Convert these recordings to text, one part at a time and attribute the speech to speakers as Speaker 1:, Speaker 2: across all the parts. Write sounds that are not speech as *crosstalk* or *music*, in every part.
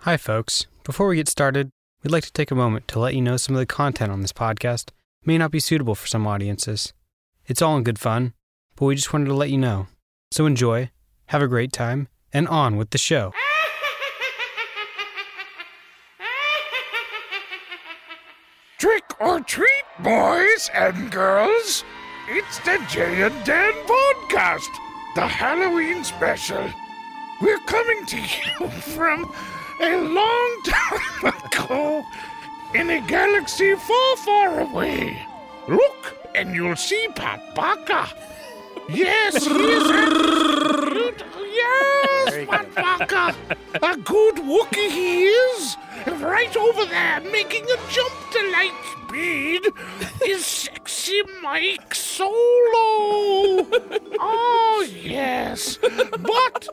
Speaker 1: Hi, folks. Before we get started, we'd like to take a moment to let you know some of the content on this podcast may not be suitable for some audiences. It's all in good fun, but we just wanted to let you know. So enjoy, have a great time, and on with the show.
Speaker 2: Trick or treat, boys and girls! It's the Jay and Dan podcast, the Halloween special. We're coming to you *laughs* from a long time ago in a galaxy far, far away. Look, and you'll see Papaka. Yes, he is a good- Yes, Papaka. A good Wookiee he is. And Right over there, making a jump to light speed, is sexy Mike Solo. oh, yes. But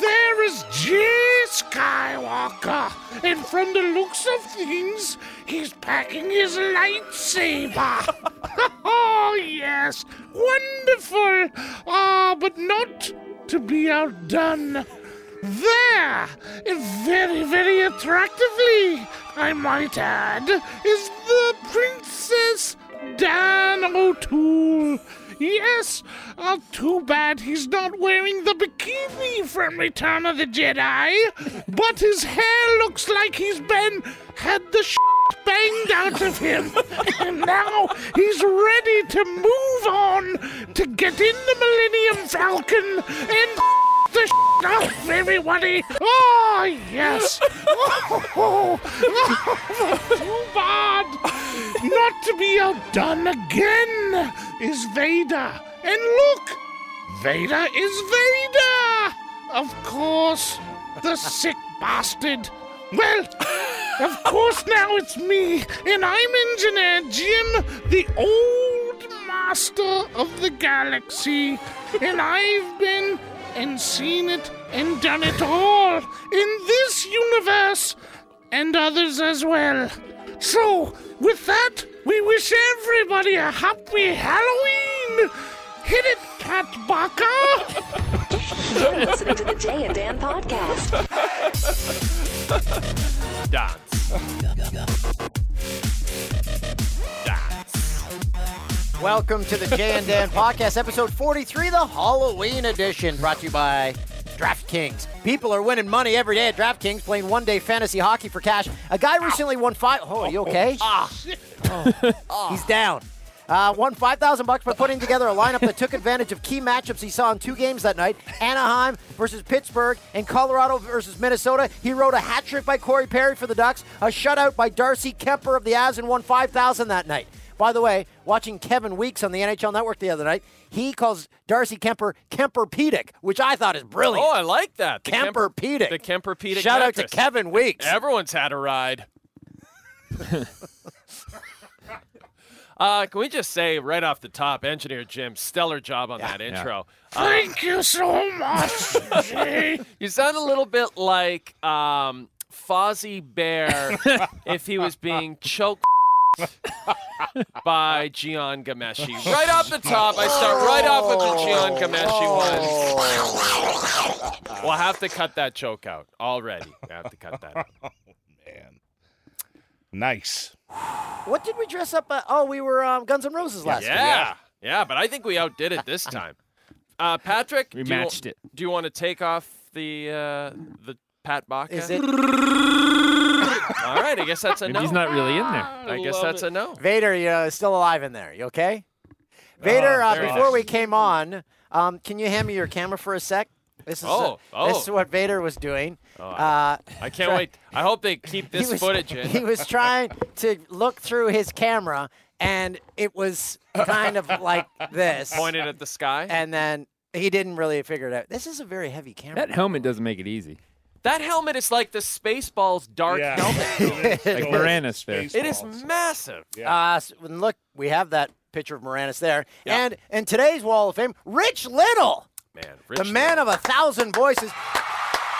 Speaker 2: there is Jay Skywalker. And from the looks of things, he's packing his lightsaber. *laughs* oh, yes. Wonderful. Ah, but not to be outdone. There, and very, very attractively, I might add, is the Princess Dan O'Toole. Yes, oh, too bad he's not wearing the bikini from Return of the Jedi, but his hair looks like he's been had the sh- banged out of him, and now he's ready to move on to get in the Millennium Falcon and *laughs* the sh- off everybody. Oh yes. Oh, oh, *laughs* oh, too bad. Not to be outdone again is Vader. And look, Vader is Vader. Of course, the sick bastard. Well, of course now it's me, and I'm Engineer Jim, the old master of the galaxy, and I've been and seen it and done it all in this universe and others as well. So, with that, we wish everybody a happy Halloween! Hit it, Pat Barker!
Speaker 3: You're listening to the Jay and Dan podcast.
Speaker 4: Dance. Dance.
Speaker 5: Welcome to the Jay and Dan podcast, episode 43, the Halloween edition, brought to you by DraftKings. People are winning money every day at DraftKings playing one day fantasy hockey for cash. A guy recently won five. Oh, are you okay? Ah. Oh. He's down. Uh, won 5000 bucks by putting together a lineup that took advantage of key matchups he saw in two games that night Anaheim versus Pittsburgh and Colorado versus Minnesota. He wrote a hat trick by Corey Perry for the Ducks, a shutout by Darcy Kemper of the Avs, and won 5000 that night. By the way, watching Kevin Weeks on the NHL Network the other night, he calls Darcy Kemper Kemperpedic, which I thought is brilliant.
Speaker 4: Oh, I like that. The
Speaker 5: Kemperpedic.
Speaker 4: The Kemperpedic.
Speaker 5: Shout out to
Speaker 4: cactus.
Speaker 5: Kevin Weeks.
Speaker 4: Everyone's had a ride. *laughs* uh, can we just say right off the top, Engineer Jim, stellar job on that intro. Uh,
Speaker 2: Thank you so much, Jay.
Speaker 4: *laughs* You sound a little bit like um, Fozzie Bear if he was being choked *laughs* by Gian Gameshi. Right off the top, I start right off with the Gian Gameshi
Speaker 2: Oh.
Speaker 4: one. We'll have to cut that joke out already. I have to cut that. Out.
Speaker 2: Man. Nice.
Speaker 5: What did we dress up? Uh, oh, we were um, Guns N' Roses last
Speaker 4: yeah.
Speaker 5: year.
Speaker 4: yeah, but I think we outdid it this
Speaker 6: *laughs*
Speaker 4: time. Uh, Patrick, we
Speaker 6: matched it.
Speaker 4: Do you want to take off the uh, the Pat Baca?
Speaker 5: Is it
Speaker 4: All right, I guess that's a
Speaker 6: Maybe
Speaker 4: no.
Speaker 6: he's not really in there.
Speaker 4: I guess that's a no.
Speaker 5: Vader? You know, is still alive in there. You okay? Vader, uh,
Speaker 4: Oh, very
Speaker 5: before
Speaker 4: nice.
Speaker 5: we came on, um, can you hand me your camera for a sec? This is uh,
Speaker 4: Oh, oh.
Speaker 5: this is what Vader was doing. uh,
Speaker 4: I can't wait. I hope they keep
Speaker 5: *laughs*
Speaker 4: this
Speaker 5: he was,
Speaker 4: footage in.
Speaker 5: He was trying to look through his camera, and it was kind of like this.
Speaker 4: pointed at the sky.
Speaker 5: and then he didn't really figure it out. This is a very heavy camera.
Speaker 6: That helmet doesn't make it easy.
Speaker 4: that helmet is like the Spaceballs dark helmet.
Speaker 6: Like Moranis there.
Speaker 4: it is massive.
Speaker 5: Uh, s- and look, we have that picture of Moranis there.
Speaker 4: Yeah.
Speaker 5: And in today's Wall of Fame, Rich Little,
Speaker 4: Man,
Speaker 5: the man of a thousand voices.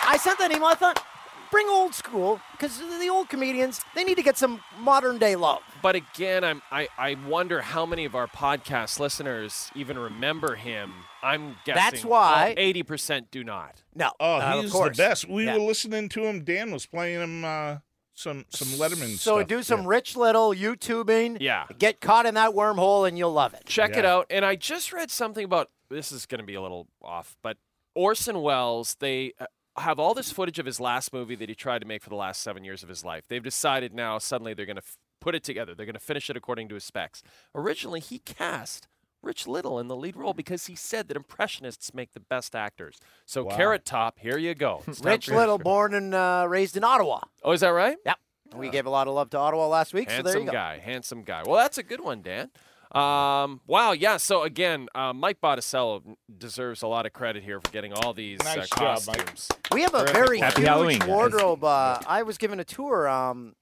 Speaker 5: I sent that email. I thought, bring old school because the old comedians they need to get some modern day love.
Speaker 4: But again, I'm I, I wonder how many of our podcast listeners even remember him. I'm guessing
Speaker 5: That's why-
Speaker 4: eighty percent do not.
Speaker 5: No,
Speaker 7: Oh,
Speaker 5: uh, of
Speaker 7: he's the
Speaker 5: course.
Speaker 7: best. We
Speaker 5: Yeah.
Speaker 7: were listening to him. Dan was playing him uh, some some Letterman
Speaker 5: So
Speaker 7: stuff.
Speaker 5: do some
Speaker 7: Yeah.
Speaker 5: rich little YouTubing.
Speaker 4: Yeah.
Speaker 5: Get caught in that wormhole and you'll love it.
Speaker 4: Check it
Speaker 7: Yeah.
Speaker 4: out. And I just read something about this is going to be a little off, but Orson Welles. They uh, have all this footage of his last movie that he tried to make for the last seven years of his life. They've decided now suddenly they're going to f- put it together. They're going to finish it according to his specs. Originally, he cast. Rich Little in the lead role because he said that impressionists make the best actors. So
Speaker 7: Wow.
Speaker 4: Carrot Top, here
Speaker 7: *laughs*
Speaker 4: you go. It's time
Speaker 5: Rich
Speaker 4: for your
Speaker 5: Little,
Speaker 4: turn.
Speaker 5: born and uh, raised in Ottawa.
Speaker 4: Oh, is that right?
Speaker 5: We gave a lot of love to Ottawa last week, so there
Speaker 4: Handsome
Speaker 5: you go.
Speaker 4: guy, handsome guy. Well, that's a good one, Dan. Um, wow, yeah. So again, uh, Mike Botticello deserves a lot of credit here for getting all these uh,
Speaker 7: Nice job, Mike.
Speaker 4: costumes.
Speaker 5: We have a
Speaker 7: Terrific
Speaker 5: very
Speaker 7: one. Happy
Speaker 5: huge
Speaker 8: Halloween, guys.
Speaker 5: wardrobe. Uh, I was given a tour um,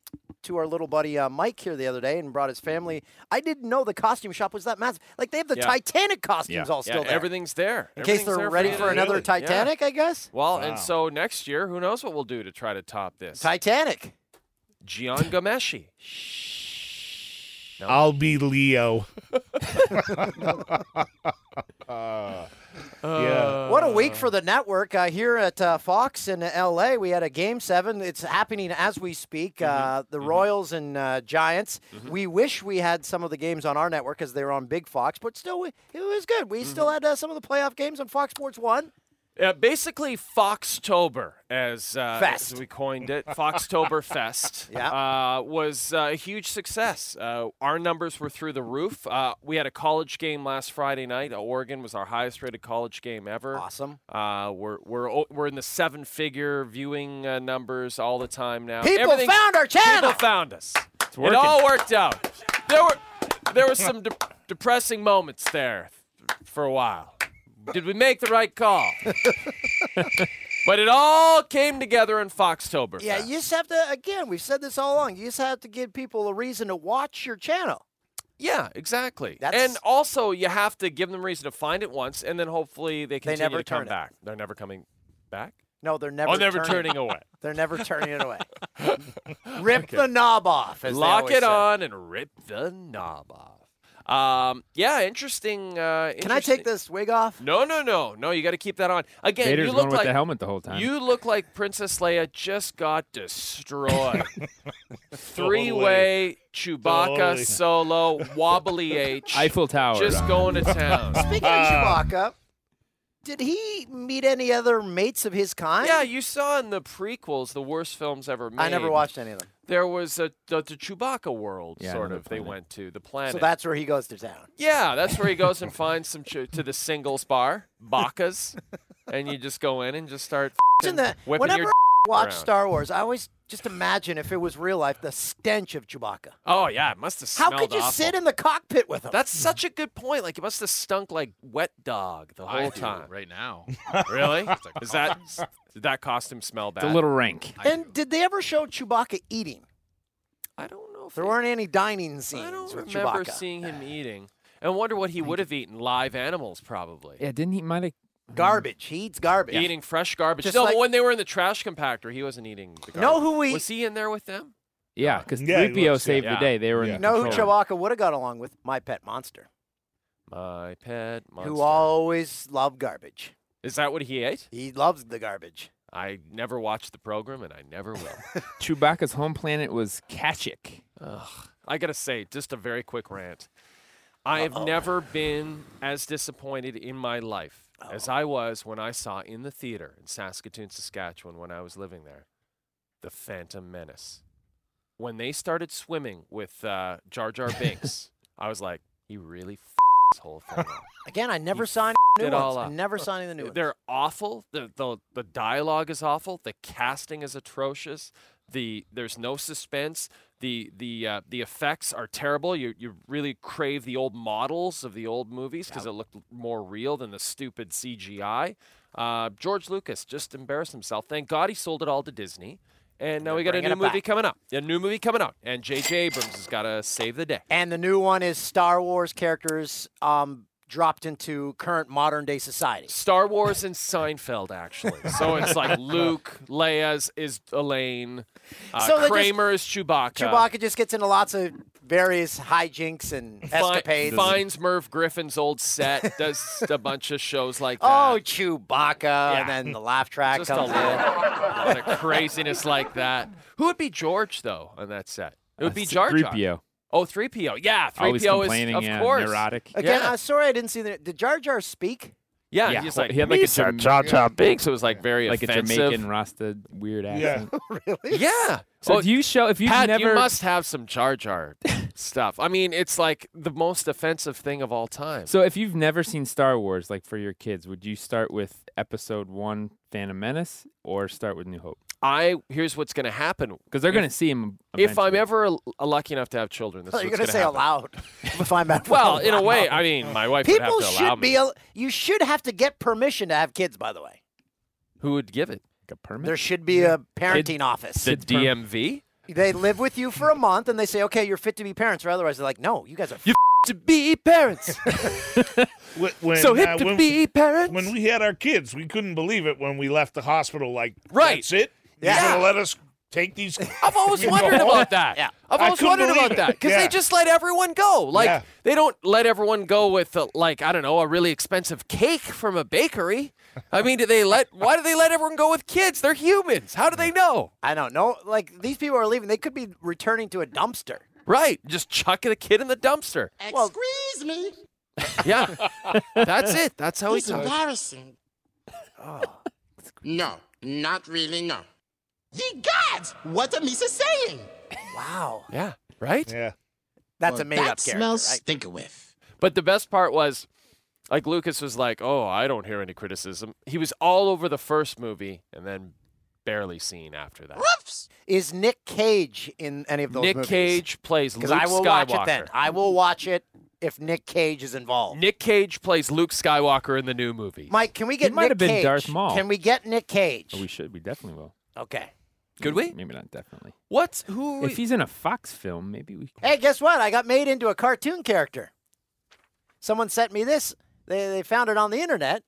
Speaker 5: to our little buddy uh, Mike here the other day and brought his family. I didn't know the costume shop was that massive. Like they have the
Speaker 4: Yeah.
Speaker 5: Titanic costumes all
Speaker 4: Yeah,
Speaker 5: still there.
Speaker 4: everything's there.
Speaker 5: in case
Speaker 4: Everything's
Speaker 5: they're
Speaker 4: there
Speaker 5: ready
Speaker 4: you.
Speaker 5: for another
Speaker 7: Really?
Speaker 4: Yeah.
Speaker 5: Titanic, I guess.
Speaker 4: Well,
Speaker 7: Wow.
Speaker 4: and so next year, who knows what we'll do to try to top this?
Speaker 5: Titanic.
Speaker 4: Gian Gameshi.
Speaker 7: I'll be Leo.
Speaker 8: *laughs*
Speaker 7: *laughs* Uh, yeah.
Speaker 5: What a week for the network uh, here at uh, Fox in LA. We had a game seven. It's happening as we speak.
Speaker 4: Mm-hmm.
Speaker 5: Uh, the Royals and uh, Giants. We wish we had some of the games on our network because they were on Big Fox, but still, we, it was good. We
Speaker 4: Mm-hmm.
Speaker 5: still had uh, some of the playoff games on Fox Sports One.
Speaker 4: Uh, basically, Foxtober, as, uh,
Speaker 5: Fest.
Speaker 4: as we coined it,
Speaker 5: *laughs*
Speaker 4: Foxtober Fest, uh, was uh, a huge success. Uh, our numbers were through the roof. Uh, we had a college game last Friday night. Uh, Oregon was our highest rated college game ever.
Speaker 5: Awesome.
Speaker 4: Uh, we're, we're, o- we're in the seven figure viewing uh, numbers all the time now.
Speaker 5: People
Speaker 4: Everything-
Speaker 5: found our channel.
Speaker 4: People found us. It
Speaker 8: working.
Speaker 4: all worked out. There were, there were some de- depressing moments there for a while. Did we make the right call? *laughs* but it all came together in Foxtober.
Speaker 5: yeah, you just have to. Again, we've said this all along. You just have to give people a reason to watch your channel.
Speaker 4: yeah, exactly.
Speaker 5: That's-
Speaker 4: And also, you have to give them reason to find it once, and then hopefully they continue
Speaker 5: never
Speaker 4: to come
Speaker 5: turn it.
Speaker 4: back. They're never coming back.
Speaker 5: No, they're never.
Speaker 4: oh, never
Speaker 5: turning.
Speaker 4: turning away.
Speaker 5: *laughs* They're never turning it
Speaker 4: *laughs*
Speaker 5: away. Rip the knob off. as they
Speaker 4: Lock
Speaker 5: always
Speaker 4: it
Speaker 5: say.
Speaker 4: on and rip the knob off. Um, yeah, interesting. Uh,
Speaker 5: Can I take
Speaker 4: interesting-
Speaker 5: this wig off?
Speaker 4: No, no, no, no. You got to keep that on. Again,
Speaker 8: Vader's
Speaker 4: you
Speaker 8: going
Speaker 4: look
Speaker 8: with
Speaker 4: like
Speaker 8: the helmet the whole time.
Speaker 4: you look like Princess Leia just got
Speaker 8: *laughs*
Speaker 4: destroyed. Three-way Chewbacca
Speaker 7: Totally.
Speaker 4: solo
Speaker 8: *laughs*
Speaker 4: wobbly H.
Speaker 8: Eiffel
Speaker 7: *laughs*
Speaker 8: Tower.
Speaker 4: just going to
Speaker 8: *laughs*
Speaker 4: town.
Speaker 5: Speaking of
Speaker 4: Uh,
Speaker 5: Chewbacca, did he meet any other mates of his kind?
Speaker 4: yeah, you saw in the prequels, the worst films ever made.
Speaker 5: I never watched any of them.
Speaker 4: There was a the, the Chewbacca world
Speaker 8: Yeah,
Speaker 4: sort
Speaker 8: another
Speaker 4: of they
Speaker 8: planet.
Speaker 4: went to the planet.
Speaker 5: So that's where he goes to town.
Speaker 4: Yeah, that's where he goes and finds some ch- to the singles bar,
Speaker 5: *laughs*
Speaker 4: Bacchas, and you just go in and just start
Speaker 5: Imagine
Speaker 4: f***ing
Speaker 5: that.
Speaker 4: whipping
Speaker 5: Whenever
Speaker 4: your.
Speaker 5: I watch
Speaker 4: around.
Speaker 5: Star Wars, I always just imagine if it was real life, the stench of Chewbacca.
Speaker 4: Oh yeah, it must have
Speaker 5: How
Speaker 4: smelled.
Speaker 5: could you
Speaker 4: awful.
Speaker 5: sit in the cockpit with him?
Speaker 4: That's such a good point. Like it must have stunk like wet dog the
Speaker 2: I
Speaker 4: whole
Speaker 2: do
Speaker 4: time.
Speaker 2: right now.
Speaker 4: *laughs* Really?
Speaker 2: It's like
Speaker 4: Is that
Speaker 2: coffins.
Speaker 5: *laughs*
Speaker 4: did that costume smell bad?
Speaker 8: it's a little rank.
Speaker 2: I do.
Speaker 5: and did they ever show Chewbacca eating?
Speaker 4: I don't know if
Speaker 5: There
Speaker 4: they-
Speaker 5: weren't any dining scenes
Speaker 4: I don't
Speaker 5: with
Speaker 4: remember
Speaker 5: Chewbacca. *sighs*
Speaker 4: seeing him eating. And wonder what he would have eaten. Live animals, probably.
Speaker 8: Yeah, didn't he? Might have.
Speaker 5: Mm-hmm. garbage. He eats garbage.
Speaker 4: Eating fresh garbage.
Speaker 5: Just
Speaker 4: no,
Speaker 5: like-
Speaker 4: but when they were in the trash compactor, he wasn't eating the garbage.
Speaker 5: Know who we-
Speaker 4: was he in there with them?
Speaker 8: Yeah, because
Speaker 7: Yeah, he
Speaker 8: Rupio
Speaker 7: was,
Speaker 8: saved
Speaker 4: yeah.
Speaker 8: the day. They were
Speaker 7: Yeah.
Speaker 8: in.
Speaker 5: Know who
Speaker 8: control.
Speaker 5: Chewbacca would have got along with? My pet monster,
Speaker 4: My pet monster.
Speaker 5: who always loved garbage.
Speaker 4: Is that what he ate?
Speaker 5: He loves the garbage.
Speaker 4: I never watched the program, and I
Speaker 5: *laughs*
Speaker 4: never will.
Speaker 8: Chewbacca's home planet was Kachik.
Speaker 4: Ugh. I gotta say, just a very quick rant. I have never been as disappointed in my life as I was when I saw in the theater in Saskatoon, Saskatchewan, when I was living there, The Phantom Menace. When they started swimming with uh, Jar Jar Binks, I was like, he really f- this whole thing up.
Speaker 5: Again, I never
Speaker 4: You
Speaker 5: saw any
Speaker 4: f***ed
Speaker 5: new
Speaker 4: it
Speaker 5: ones.
Speaker 4: all
Speaker 5: I
Speaker 4: up.
Speaker 5: never saw any of the new ones.
Speaker 4: They're awful. The, the the dialogue is awful. The casting is atrocious. The there's no suspense. The the uh, the effects are terrible. You you really crave the old models of the old movies because it looked l- more real than the stupid CGI. Uh, George Lucas just embarrassed himself. Thank God he sold it all to Disney. And now we got a
Speaker 5: bringing
Speaker 4: new
Speaker 5: it
Speaker 4: movie
Speaker 5: back.
Speaker 4: coming up. A new movie coming out. And J.J. Abrams has got to save the day.
Speaker 5: And the new one is Star Wars characters um, dropped into current modern day society.
Speaker 4: Star Wars and Seinfeld, actually. So it's
Speaker 8: *laughs*
Speaker 4: like Luke, Leia's is Elaine, uh,
Speaker 5: So they just-
Speaker 4: Kramer is Chewbacca.
Speaker 5: Chewbacca just gets into lots of various hijinks and
Speaker 4: Fi-
Speaker 5: escapades.
Speaker 4: finds Merv Griffin's old
Speaker 5: *laughs*
Speaker 4: set, does a bunch of shows like that.
Speaker 5: Oh, Chewbacca, and then the laugh track
Speaker 4: just a
Speaker 5: comes
Speaker 4: little
Speaker 5: in.
Speaker 4: lot of craziness like that. Who would be George though on that set? It would be Jar Jar.
Speaker 8: 3PO.
Speaker 4: Oh, 3PO. Yeah, 3PO
Speaker 8: Always complaining
Speaker 4: is of
Speaker 8: and
Speaker 4: course.
Speaker 8: neurotic.
Speaker 5: Again,
Speaker 4: Yeah.
Speaker 5: I'm sorry I didn't see the. Did Jar Jar speak?
Speaker 4: Yeah,
Speaker 8: Yeah,
Speaker 4: he's
Speaker 8: well,
Speaker 4: like
Speaker 8: he had like a
Speaker 4: "Misa
Speaker 8: Jama-
Speaker 4: Jar Jar Binks. It was like very
Speaker 8: Like a
Speaker 4: offensive.
Speaker 8: Jamaican Rasta weird accent.
Speaker 4: *laughs* Yeah.
Speaker 8: So
Speaker 4: Oh,
Speaker 8: if you show, if you've
Speaker 4: Pat,
Speaker 8: never, *laughs*
Speaker 4: you must have some Jar Jar stuff. I mean, it's like the most offensive thing of all time.
Speaker 8: so if you've never seen Star Wars, like for your kids, would you start with Episode One, Phantom Menace, or start with New Hope?
Speaker 4: I here's what's going to happen.
Speaker 8: Because they're going to see him.
Speaker 4: If I'm
Speaker 8: eventually.
Speaker 4: ever a, lucky enough to have children, this
Speaker 5: Oh,
Speaker 4: is
Speaker 5: you're
Speaker 4: what's
Speaker 5: gonna
Speaker 4: gonna
Speaker 5: say
Speaker 4: happen. *laughs*
Speaker 5: aloud. if I'm out- *laughs*
Speaker 4: Well, in a way, I mean, my wife
Speaker 5: people
Speaker 4: would have to allow
Speaker 5: should be.
Speaker 4: me.
Speaker 5: al- You should have to get permission to have kids. By the way,
Speaker 4: Who would give it?
Speaker 8: like a permit,
Speaker 5: there should be a parenting office.
Speaker 4: The
Speaker 8: Kids perm-
Speaker 4: DMV?
Speaker 5: They live with you for a month and they say, okay, you're fit to be parents, or otherwise they're like, no, you guys are.
Speaker 4: You to be parents.
Speaker 2: Wh- When,
Speaker 4: so hip
Speaker 2: uh,
Speaker 4: to
Speaker 2: when,
Speaker 4: be parents.
Speaker 2: when we had our kids, we couldn't believe it when we left the hospital. Like,
Speaker 4: Right.
Speaker 2: that's it.
Speaker 5: Yeah.
Speaker 2: You're gonna let us take these. *laughs*
Speaker 4: I've always
Speaker 2: You
Speaker 4: wondered
Speaker 2: know?
Speaker 4: about that.
Speaker 5: Yeah.
Speaker 4: I've
Speaker 2: I
Speaker 4: always
Speaker 2: couldn't
Speaker 4: wondered
Speaker 2: believe
Speaker 4: about
Speaker 2: it.
Speaker 4: that because they
Speaker 2: Yeah.
Speaker 4: just let everyone go. Like
Speaker 2: Yeah.
Speaker 4: they don't let everyone go with uh like I don't know a really expensive cake from a bakery. I mean, do they let? Why do they let everyone go with kids? They're humans. How do they know?
Speaker 5: I don't know. Like these people are leaving. They could be returning to a dumpster.
Speaker 4: Right, just chucking a kid in the dumpster.
Speaker 9: *laughs*
Speaker 5: Well,
Speaker 4: Yeah, that's it. That's how he talks.
Speaker 9: *laughs* Oh. No, not really, no. Ye gods! What a Misa saying!
Speaker 5: wow,
Speaker 4: Yeah, right.
Speaker 2: Yeah.
Speaker 5: that's a made
Speaker 9: that
Speaker 5: up character.
Speaker 9: smells
Speaker 5: right?
Speaker 9: stinker with.
Speaker 4: But the best part was, like Lucas was like, "Oh, I don't hear any criticism." He was all over the first movie and then barely seen after that.
Speaker 9: Whoops!
Speaker 5: Is Nick Cage in any of those
Speaker 4: Nick
Speaker 5: movies?
Speaker 4: Cage plays Luke
Speaker 5: Because I will
Speaker 4: Skywalker.
Speaker 5: watch it then. I will watch it if Nick Cage is involved.
Speaker 4: Nick Cage plays Luke Skywalker in the new movie.
Speaker 5: Mike, can we get
Speaker 8: might
Speaker 5: Nick
Speaker 8: have been
Speaker 5: Cage?
Speaker 8: Darth Maul.
Speaker 5: Can we get Nick Cage?
Speaker 8: Oh, we should. We definitely will.
Speaker 5: okay.
Speaker 4: Could
Speaker 8: Maybe-
Speaker 4: we?
Speaker 8: Maybe not definitely.
Speaker 4: What's who?
Speaker 8: If he's in a Fox film, maybe we. Can.
Speaker 5: Hey, guess what? I got made into a cartoon character. Someone sent me this. They, they found it on the internet.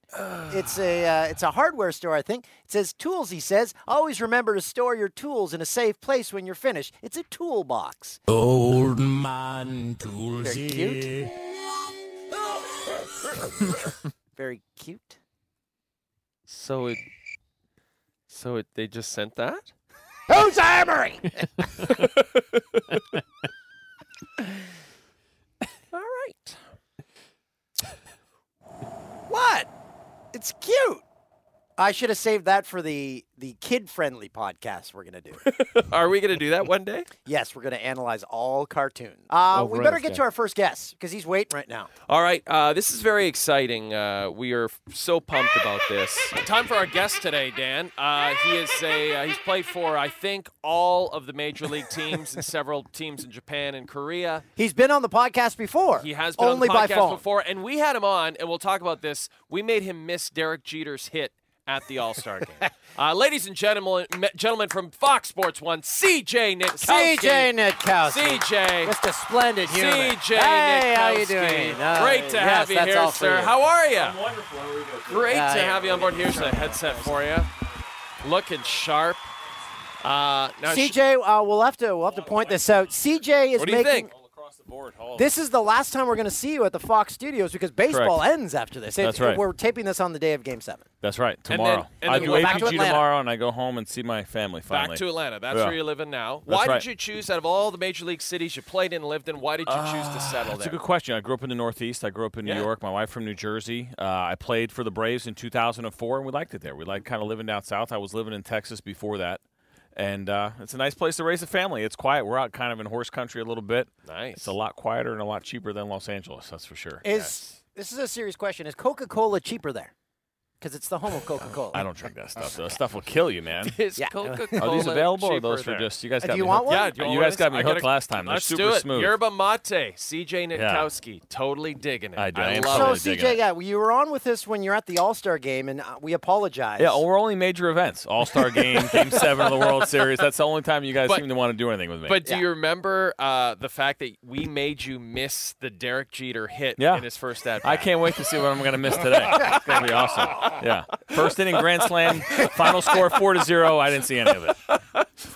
Speaker 5: It's a uh, it's a hardware store, I think. It says tools. He says always remember to store your tools in a safe place when you're finished. It's a toolbox.
Speaker 9: Old man tools.
Speaker 5: Very
Speaker 9: *laughs*
Speaker 5: cute. Very cute.
Speaker 4: so it. So it, they just sent that.
Speaker 5: Who's hammering?
Speaker 4: All right.
Speaker 5: What? It's cute. I should have saved that for the the kid friendly podcast we're gonna do.
Speaker 4: *laughs* Are we gonna do that one day?
Speaker 5: yes, we're gonna analyze all cartoons. Uh,
Speaker 8: Oh,
Speaker 5: we
Speaker 8: right,
Speaker 5: better get
Speaker 8: okay.
Speaker 5: to our first guest because he's waiting right now.
Speaker 4: All right. Uh, this is very exciting. Uh, we are f- so pumped about this. Time for our guest today, Dan. Uh, he is a uh, he's played for I think all of the major league teams and several teams in Japan and Korea.
Speaker 5: He's been on the podcast before.
Speaker 4: He has been
Speaker 5: only
Speaker 4: on
Speaker 5: by
Speaker 4: the podcast
Speaker 5: phone.
Speaker 4: before, and we had him on, and we'll talk about this. We made him miss Derek Jeter's hit at the All
Speaker 5: *laughs*
Speaker 4: Star game. Uh, ladies and gentlemen, me- gentlemen from Fox Sports One, CJ Nitkowski.
Speaker 5: CJ Nitkowski.
Speaker 4: CJ.
Speaker 5: Just a splendid human.
Speaker 4: CJ
Speaker 5: Hey, how you
Speaker 4: Nitkowski.
Speaker 5: doing? Uh,
Speaker 4: Great to
Speaker 5: yes,
Speaker 4: have you
Speaker 5: that's
Speaker 4: here,
Speaker 5: all for
Speaker 4: sir.
Speaker 5: you.
Speaker 4: How are you? wonderful. Great
Speaker 5: Yeah,
Speaker 4: to
Speaker 5: yeah.
Speaker 4: have you on board. Here's a headset for you. Looking sharp. Uh, now sh-
Speaker 5: CJ, uh, we'll have to we'll have to point this out. CJ is
Speaker 4: What do
Speaker 5: making.
Speaker 4: you think?
Speaker 5: This is the last time we're going to see you at the Fox Studios because baseball ends after this. It-
Speaker 10: That's right.
Speaker 5: We're taping this on the day of Game Seven.
Speaker 10: That's right.
Speaker 4: then-
Speaker 10: Tomorrow.
Speaker 4: and
Speaker 10: I
Speaker 4: then
Speaker 10: do
Speaker 4: we're back
Speaker 5: to
Speaker 10: APG
Speaker 5: Atlanta.
Speaker 10: tomorrow, and I go home and see my family finally.
Speaker 4: Back to Atlanta. That's
Speaker 10: Yeah.
Speaker 4: where you're living now.
Speaker 10: That's
Speaker 4: why
Speaker 10: right.
Speaker 4: did you choose, out of all the major league cities you played in and lived in, why did you choose to settle
Speaker 10: Ah, That's a
Speaker 4: there?
Speaker 10: good question. I grew up in the Northeast. I grew up in New
Speaker 4: Yeah.
Speaker 10: York. My wife from New Jersey. Uh, I played for the Braves in 2004, and we liked it there. We liked kind of living down south. I was living in Texas before that, and uh, it's a nice place to raise a family. It's quiet. We're out kind of in horse country a little bit.
Speaker 4: Nice.
Speaker 10: It's a lot quieter and a lot cheaper than Los Angeles. That's for sure.
Speaker 5: Is this is a serious question? Is Coca Cola cheaper there? because it's the home of Coca Cola.
Speaker 10: I don't drink that stuff. though. That stuff will kill you, man.
Speaker 4: *laughs* Is
Speaker 5: Yeah.
Speaker 4: Coca-Cola
Speaker 10: Are these available? Or
Speaker 4: uh, cheaper
Speaker 10: those for
Speaker 4: there?
Speaker 10: just you guys?
Speaker 5: Uh,
Speaker 10: got
Speaker 5: do you
Speaker 10: me
Speaker 5: want
Speaker 10: hooked.
Speaker 5: one?
Speaker 4: Yeah, do
Speaker 10: You
Speaker 4: want
Speaker 10: guys
Speaker 4: this?
Speaker 10: got me
Speaker 4: I
Speaker 10: hooked last time. They're
Speaker 4: Let's
Speaker 10: super
Speaker 4: do it.
Speaker 10: smooth.
Speaker 4: Yerba mate, CJ Nitkowski, totally digging it.
Speaker 10: I do. I am
Speaker 4: love
Speaker 10: totally
Speaker 4: it.
Speaker 5: so
Speaker 10: digging
Speaker 5: CJ,
Speaker 10: it.
Speaker 5: yeah, you were on with us when you're at the All Star game, and uh, we apologize.
Speaker 10: Yeah, or only major events, All Star Game, *laughs* Game Seven of the World Series. That's the only time you guys
Speaker 4: But-
Speaker 10: seem to want to do anything with me.
Speaker 4: But do you remember uh, the fact that we made you miss the Derek Jeter hit
Speaker 10: Yeah.
Speaker 4: in his first at
Speaker 10: I can't wait to see what I'm going to miss today. It's going to be awesome. Yeah, first inning grand slam, final score four to zero. I didn't see any of it.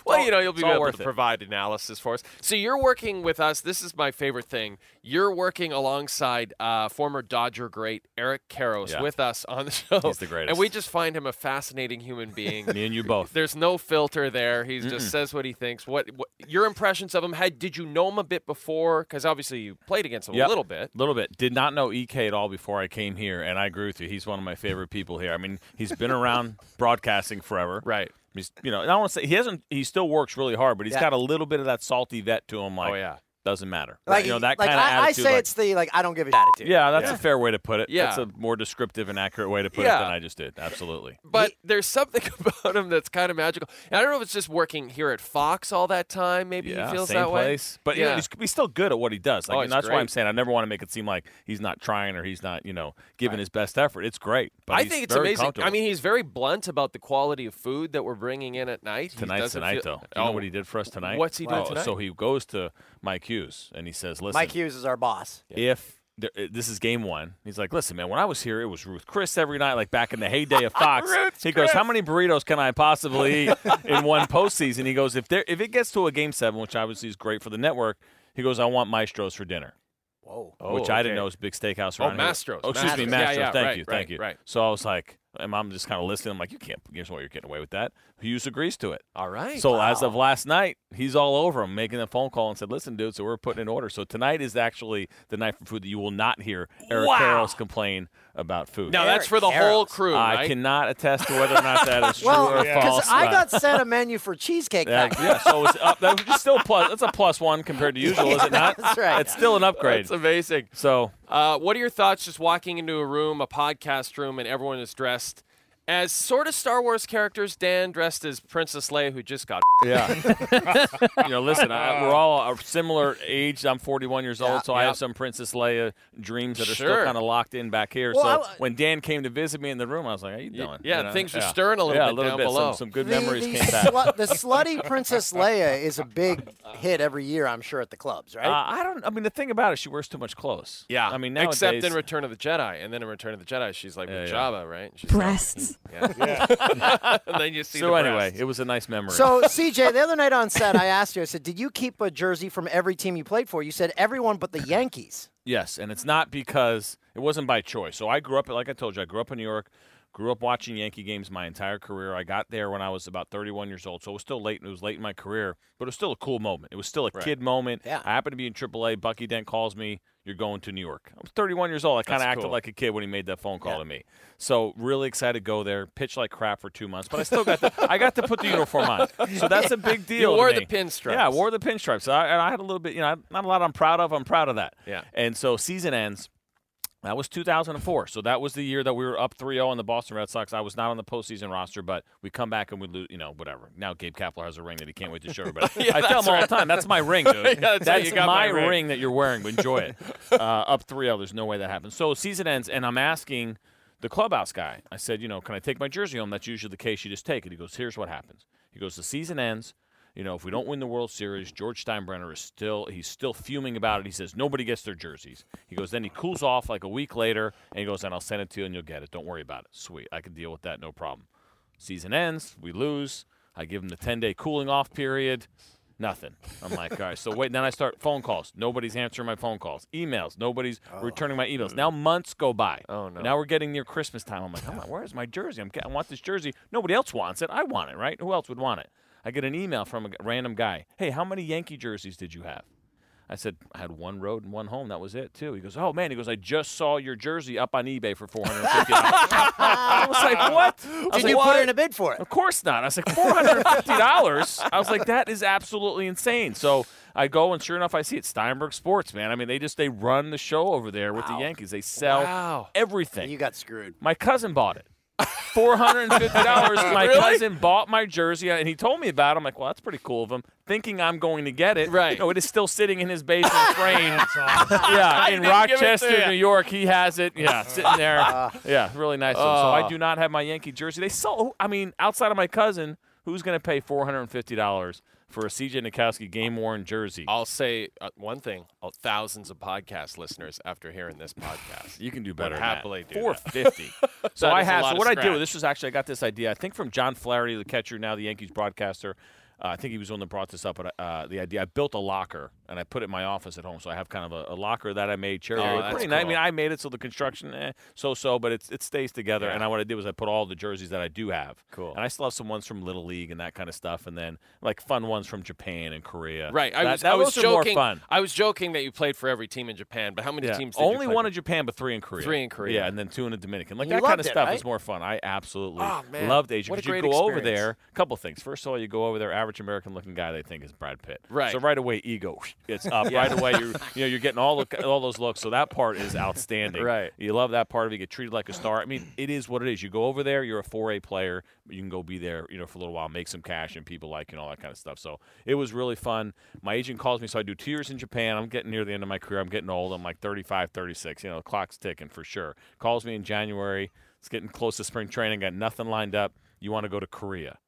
Speaker 4: Well, you know, you'll be
Speaker 10: all
Speaker 4: able
Speaker 10: worth
Speaker 4: to
Speaker 10: it.
Speaker 4: provide analysis for us. So you're working with us. This is my favorite thing. You're working alongside uh, former Dodger great Eric Karros
Speaker 10: Yeah.
Speaker 4: with us on the show.
Speaker 10: He's the greatest.
Speaker 4: And we just find him a fascinating human being.
Speaker 10: *laughs* Me and you
Speaker 4: *laughs*
Speaker 10: both.
Speaker 4: There's no filter there. He just says what he thinks. What, what your impressions of him? Had did you know him a bit before? Because obviously you played against him
Speaker 10: Yep.
Speaker 4: a little bit.
Speaker 10: little bit. Did not know EK at all before I came here, and I agree with you. He's one of my favorite people here. I mean, he's been around broadcasting forever.
Speaker 4: Right.
Speaker 10: He's, you know, and I want to say he hasn't. He still works really hard, but he's
Speaker 5: Yeah.
Speaker 10: got a little bit of that salty vet to him. Like,
Speaker 4: oh yeah.
Speaker 10: doesn't matter.
Speaker 5: like,
Speaker 10: you know, that
Speaker 5: like,
Speaker 10: kind of
Speaker 5: I, I
Speaker 10: attitude.
Speaker 5: say
Speaker 10: like-
Speaker 5: it's the like I don't give a shit attitude.
Speaker 10: yeah, that's a fair way to put it.
Speaker 4: Yeah.
Speaker 10: that's a more descriptive and accurate way to put
Speaker 4: Yeah.
Speaker 10: it than I just did. Absolutely.
Speaker 4: But there's something *laughs* about him that's kind of magical. And I don't know if it's just working here at Fox all that time. Maybe
Speaker 10: yeah,
Speaker 4: he feels
Speaker 10: same
Speaker 4: that way.
Speaker 10: place. But you know,
Speaker 4: Yeah.
Speaker 10: he's, he's still good at what he does. Like,
Speaker 4: Oh,
Speaker 10: and
Speaker 4: he's
Speaker 10: that's why I'm
Speaker 4: great.
Speaker 10: saying I never want to make it seem like he's not trying or he's not, you know, giving his best effort. It's great. But
Speaker 4: I
Speaker 10: he's
Speaker 4: think it's
Speaker 10: very
Speaker 4: amazing.
Speaker 10: comfortable.
Speaker 4: I mean, he's very blunt about the quality of food that we're bringing in at night. He
Speaker 10: Tonight's
Speaker 4: doesn't
Speaker 10: tonight,
Speaker 4: feel- Oh,
Speaker 10: though. You know what he did for us tonight?
Speaker 4: What's he doing
Speaker 10: Oh,
Speaker 4: tonight?
Speaker 10: So he goes to Mike Hughes and he says, "Listen,
Speaker 5: Mike Hughes is our boss.
Speaker 10: if there, uh, this is game one, he's like, listen, man, when I was here, it was Ruth Chris every night, like back in
Speaker 4: *laughs*
Speaker 10: the heyday of Fox. he goes, how many burritos can I possibly eat in one postseason? He goes, if there, if it gets to a game seven, which obviously is great for the network, he goes, I want maestros for dinner.
Speaker 5: Whoa.
Speaker 10: which I
Speaker 4: Oh,
Speaker 10: didn't
Speaker 4: okay.
Speaker 10: know was a big steakhouse.
Speaker 4: Oh,
Speaker 10: around here.
Speaker 4: Mastros,
Speaker 10: Oh, excuse me,
Speaker 4: Mastros. Yeah,
Speaker 10: Mastros.
Speaker 4: yeah,
Speaker 10: thank
Speaker 4: right,
Speaker 10: you, thank
Speaker 4: right,
Speaker 10: you.
Speaker 4: right.
Speaker 10: So I was like, and I'm just kind of listening. I'm like, you can't. Guess what? You're getting away with that. Hughes agrees to it.
Speaker 4: All right.
Speaker 10: So as of last night, he's all over him, making a phone call and said, "Listen, dude, so we're putting in order." So tonight is actually the night for food that you will not hear Eric Carroll's complain about food.
Speaker 4: now that's
Speaker 5: Eric
Speaker 4: for the whole
Speaker 5: Carros.
Speaker 4: crew,
Speaker 10: I
Speaker 4: right?
Speaker 10: cannot attest to whether or not
Speaker 5: *laughs*
Speaker 10: that is true
Speaker 5: Well,
Speaker 10: or false.
Speaker 5: I got
Speaker 10: but-
Speaker 5: sent a menu for cheesecake.
Speaker 10: Yeah,
Speaker 5: Factory.
Speaker 10: yeah, so it's up, that was still plus. That's a plus one
Speaker 5: *laughs*
Speaker 10: compared to usual, is it not?
Speaker 5: That's right.
Speaker 10: It's still an
Speaker 4: *laughs*
Speaker 10: upgrade.
Speaker 4: That's amazing.
Speaker 10: so
Speaker 4: Uh, what are your thoughts just walking into a room, a podcast room, and everyone is dressed as sort of Star Wars characters? Dan dressed as Princess Leia, who just got.
Speaker 10: Yeah. you know, listen, I,
Speaker 4: *laughs*
Speaker 10: we're all a similar age. I'm 41 years old, so I
Speaker 4: yeah.
Speaker 10: have some Princess Leia dreams that are
Speaker 4: Sure.
Speaker 10: still kind of locked in back here.
Speaker 5: Well, I
Speaker 10: so
Speaker 5: w-
Speaker 10: when Dan came to visit me in the room, I was like, "How you doing?"
Speaker 4: yeah,
Speaker 10: You know,
Speaker 4: things were stirring a little
Speaker 10: yeah,
Speaker 4: bit
Speaker 10: a little
Speaker 4: down
Speaker 10: bit.
Speaker 4: below.
Speaker 10: Some, some good
Speaker 5: The,
Speaker 10: memories
Speaker 5: the
Speaker 10: came back. Uh,
Speaker 5: slut- the slutty Princess Leia is a big hit every year, I'm sure, at the clubs, right?
Speaker 10: Uh, I don't. I mean, the thing about it, she wears too much clothes. I mean, nowadays,
Speaker 4: except in Return of the Jedi, and then in Return of the Jedi, she's like with
Speaker 10: Yeah, yeah.
Speaker 4: Jabba, right? And She's
Speaker 10: *laughs*
Speaker 11: breasts.
Speaker 4: Like, yeah. and then you see.
Speaker 10: so
Speaker 4: the
Speaker 10: anyway,
Speaker 4: breasts.
Speaker 10: it was a nice memory.
Speaker 5: so, CJ, the other night on set, I asked you, I said, did you keep a jersey from every team you played for? You said everyone but the Yankees.
Speaker 10: Yes, and it's not because it wasn't by choice. So I grew up, like I told you, I grew up in New York, grew up watching Yankee games my entire career. I got there when I was about 31 years old, so it was still late, and it was late in my career, but it was still a cool moment. It was still a kid moment.
Speaker 5: Yeah.
Speaker 10: I happened to be in AAA. Bucky Dent calls me, "You're going to New York." I was 31 years old. I kind of
Speaker 4: That's
Speaker 10: acted
Speaker 4: cool.
Speaker 10: like a kid when he made that phone call to me. So really excited to go there. Pitch like crap for two months, but I still got the, I got to put the uniform on. So that's a big deal. to
Speaker 4: wore the
Speaker 10: me.
Speaker 4: pinstripes.
Speaker 10: Yeah, I wore the pinstripes. I, and I had a little bit, you know, I- not a lot. I'm proud of. I'm proud of that.
Speaker 4: Yeah.
Speaker 10: And so season ends. That was 2004. So that was the year that we were up 3-0 on the Boston Red Sox. I was not on the postseason roster, but we come back and we lose, you know, whatever. Now Gabe Kapler has a ring that he can't wait to
Speaker 4: *laughs*
Speaker 10: show everybody. I tell him all the time, that's my ring, dude.
Speaker 4: that's how you got
Speaker 10: my
Speaker 4: my ring."
Speaker 10: ring that you're wearing. But enjoy it. Uh, up 3-0, there's no way that happens. So season ends, and I'm asking the clubhouse guy. I said, you know, can I take my jersey home? That's usually the case. You just take it. He goes, here's what happens. He goes, the season ends. You know, if we don't win the World Series, George Steinbrenner is still he's still fuming about it. He says nobody gets their jerseys. He goes, then he cools off like a week later, and he goes, and I'll send it to you, and you'll get it. Don't worry about it. Sweet, I can deal with that, no problem. Season ends, we lose. I give him the ten day cooling off period. Nothing. I'm like, all right. So wait. Then I start phone calls. Nobody's answering my phone calls. Emails. Nobody's
Speaker 5: Oh,
Speaker 10: returning my emails. Now months go by. Oh no. Now we're getting near Christmas time. I'm like, I'm like, where's my jersey? I'm, I want this jersey. Nobody else wants it. I want it, right? Who else would want it? I get an email from a g- random guy. Hey, how many Yankee jerseys did you have? I said I had one road and one home. That was it too. He goes, oh man. He goes, I just saw your jersey up on eBay for 450. I was like, what? I was
Speaker 5: Did
Speaker 10: like,
Speaker 5: you
Speaker 10: what?
Speaker 5: put in a bid for it?
Speaker 10: Of course not. I was like, four hundred and fifty dollars. I was like, that is absolutely insane. So I go and sure enough, I see it. Steinberg Sports, man. I mean, they just they run the show over there with the Yankees. They sell
Speaker 4: Wow.
Speaker 10: everything.
Speaker 5: You got screwed.
Speaker 10: My cousin bought it. four hundred and
Speaker 4: *laughs*
Speaker 10: fifty dollars. My cousin bought my jersey, and he told me about. it. I'm like, well, that's pretty cool of him, thinking I'm going to get it.
Speaker 4: Right.
Speaker 10: No, it is still sitting in his basement
Speaker 4: *laughs*
Speaker 10: frame. yeah, in Rochester, New York, he has it. Yeah, sitting there.
Speaker 4: *laughs*
Speaker 10: yeah, really nice. of him.
Speaker 4: Oh.
Speaker 10: so
Speaker 4: Ah.
Speaker 10: I do not have my Yankee jersey. They sell. I mean, outside of my cousin, who's going to pay four hundred and fifty dollars for a CJ Nikowski game worn jersey?
Speaker 4: I'll say uh, one thing: uh, thousands of podcast listeners after hearing this podcast.
Speaker 10: You can do better.
Speaker 4: happily do that.
Speaker 10: Four
Speaker 4: *laughs*
Speaker 10: fifty. so
Speaker 4: That
Speaker 10: I
Speaker 4: is a
Speaker 10: have.
Speaker 4: lot
Speaker 10: So
Speaker 4: of
Speaker 10: what I
Speaker 4: scratch.
Speaker 10: do? This was actually I got this idea. I think from John Flaherty, the catcher, now the Yankees broadcaster. Uh, I think he was the one that brought this up. But uh, the idea, I built a locker and I put it in my office at home. So I have kind of a, a locker that I made. Cherry,
Speaker 4: Oh,
Speaker 10: red.
Speaker 4: that's
Speaker 10: pretty nice. I
Speaker 4: cool.
Speaker 10: mean, I made it so the construction, eh, so so, but it's, it stays together.
Speaker 4: Yeah.
Speaker 10: And I, what I did was I put all the jerseys that I do have.
Speaker 4: Cool.
Speaker 10: And I still have some ones from Little League and that kind of stuff, and then like fun ones from Japan and Korea.
Speaker 4: Right. I
Speaker 10: That-
Speaker 4: was,
Speaker 10: that-
Speaker 4: I was
Speaker 10: those are more
Speaker 4: joking.
Speaker 10: fun.
Speaker 4: I was joking that you played for every team in Japan, but how many
Speaker 10: Yeah.
Speaker 4: teams? Did
Speaker 10: Only
Speaker 4: you play
Speaker 10: one
Speaker 4: for?
Speaker 10: in Japan, but three in Korea.
Speaker 4: Three in Korea.
Speaker 10: Yeah, and then two in the Dominican. Like
Speaker 5: And you
Speaker 10: that kind of
Speaker 5: loved it,
Speaker 10: stuff
Speaker 5: right?
Speaker 10: is more fun. I absolutely
Speaker 4: Oh, man.
Speaker 10: loved Asia
Speaker 4: What a
Speaker 10: because you
Speaker 4: great
Speaker 10: go over
Speaker 4: experience.
Speaker 10: there. A couple things. First of all, you go over there. Average American-looking guy they think is Brad Pitt.
Speaker 4: Right.
Speaker 10: So right away, ego
Speaker 4: *laughs*
Speaker 10: it's up. Right away, you you know you're getting all the, all those looks. So that part
Speaker 4: *laughs*
Speaker 10: is outstanding.
Speaker 4: Right.
Speaker 10: You love that part of it. You get treated like a star. I mean, it is what it is. You go over there. You're a 4A player. You can go be there, you know, for a little while, make some cash, and people like you and all that kind of stuff. So it was really fun. My agent calls me, so I do two years in Japan. I'm getting near the end of my career. I'm getting old. I'm like 35, 36. You know, the clock's ticking for sure. Calls me in January. It's getting close to spring training. Got nothing lined up. You want to go to Korea?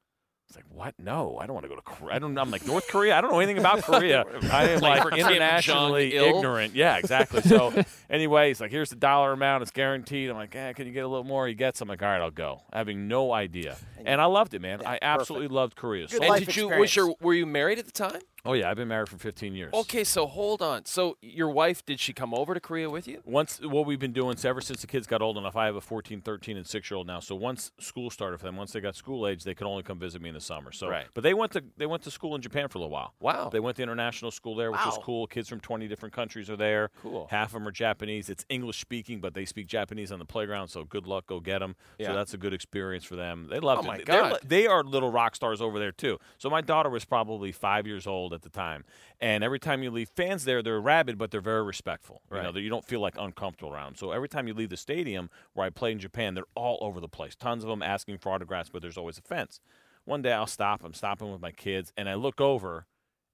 Speaker 10: It's like what? No, I don't want to go to Korea. I don't. I'm like North Korea. I don't know anything about Korea. I am
Speaker 4: *laughs* Like
Speaker 10: like,
Speaker 4: for Kim
Speaker 10: internationally
Speaker 4: Jong-il?
Speaker 10: ignorant. Yeah, exactly. So *laughs* anyway, he's like, here's the dollar amount. It's guaranteed. I'm like, eh, can you get a little more? He gets. I'm like, all right, I'll go. Having no idea. And I loved it, man. I absolutely loved Korea. So,
Speaker 5: Good
Speaker 4: And
Speaker 5: life
Speaker 4: did you? Was
Speaker 5: experience.
Speaker 4: your? Were you married at the time?
Speaker 10: oh yeah, I've been married for 15 years.
Speaker 4: Okay, so hold on. So your wife did she come over to Korea with you?
Speaker 10: once what we've been doing so ever since the kids got old enough i have a 14 13 and 6 year old now so once school started for them once they got school age they could only come visit me in the summer so
Speaker 4: Right.
Speaker 10: but they went to they went to school in japan for a little while
Speaker 4: Wow.
Speaker 10: they went to international school there which was
Speaker 5: Wow.
Speaker 10: cool kids from 20 different countries are there
Speaker 4: Cool.
Speaker 10: half of them are japanese it's english speaking but they speak japanese on the playground so good luck go get them
Speaker 4: Yeah.
Speaker 10: so that's a good experience for them they loved
Speaker 4: Oh, my
Speaker 10: it They're-
Speaker 4: God.
Speaker 10: they are little rock stars over there too. So my daughter was probably five years old at the time, and every time you leave fans there, they're rabid, but they're very respectful. You know,
Speaker 4: Right.
Speaker 10: that you don't feel like uncomfortable around them. So every time you leave the stadium where I played in Japan, they're all over the place. Tons of them asking for autographs, but there's always a fence. One day I'll stop. I'm stopping with my kids, and I look over.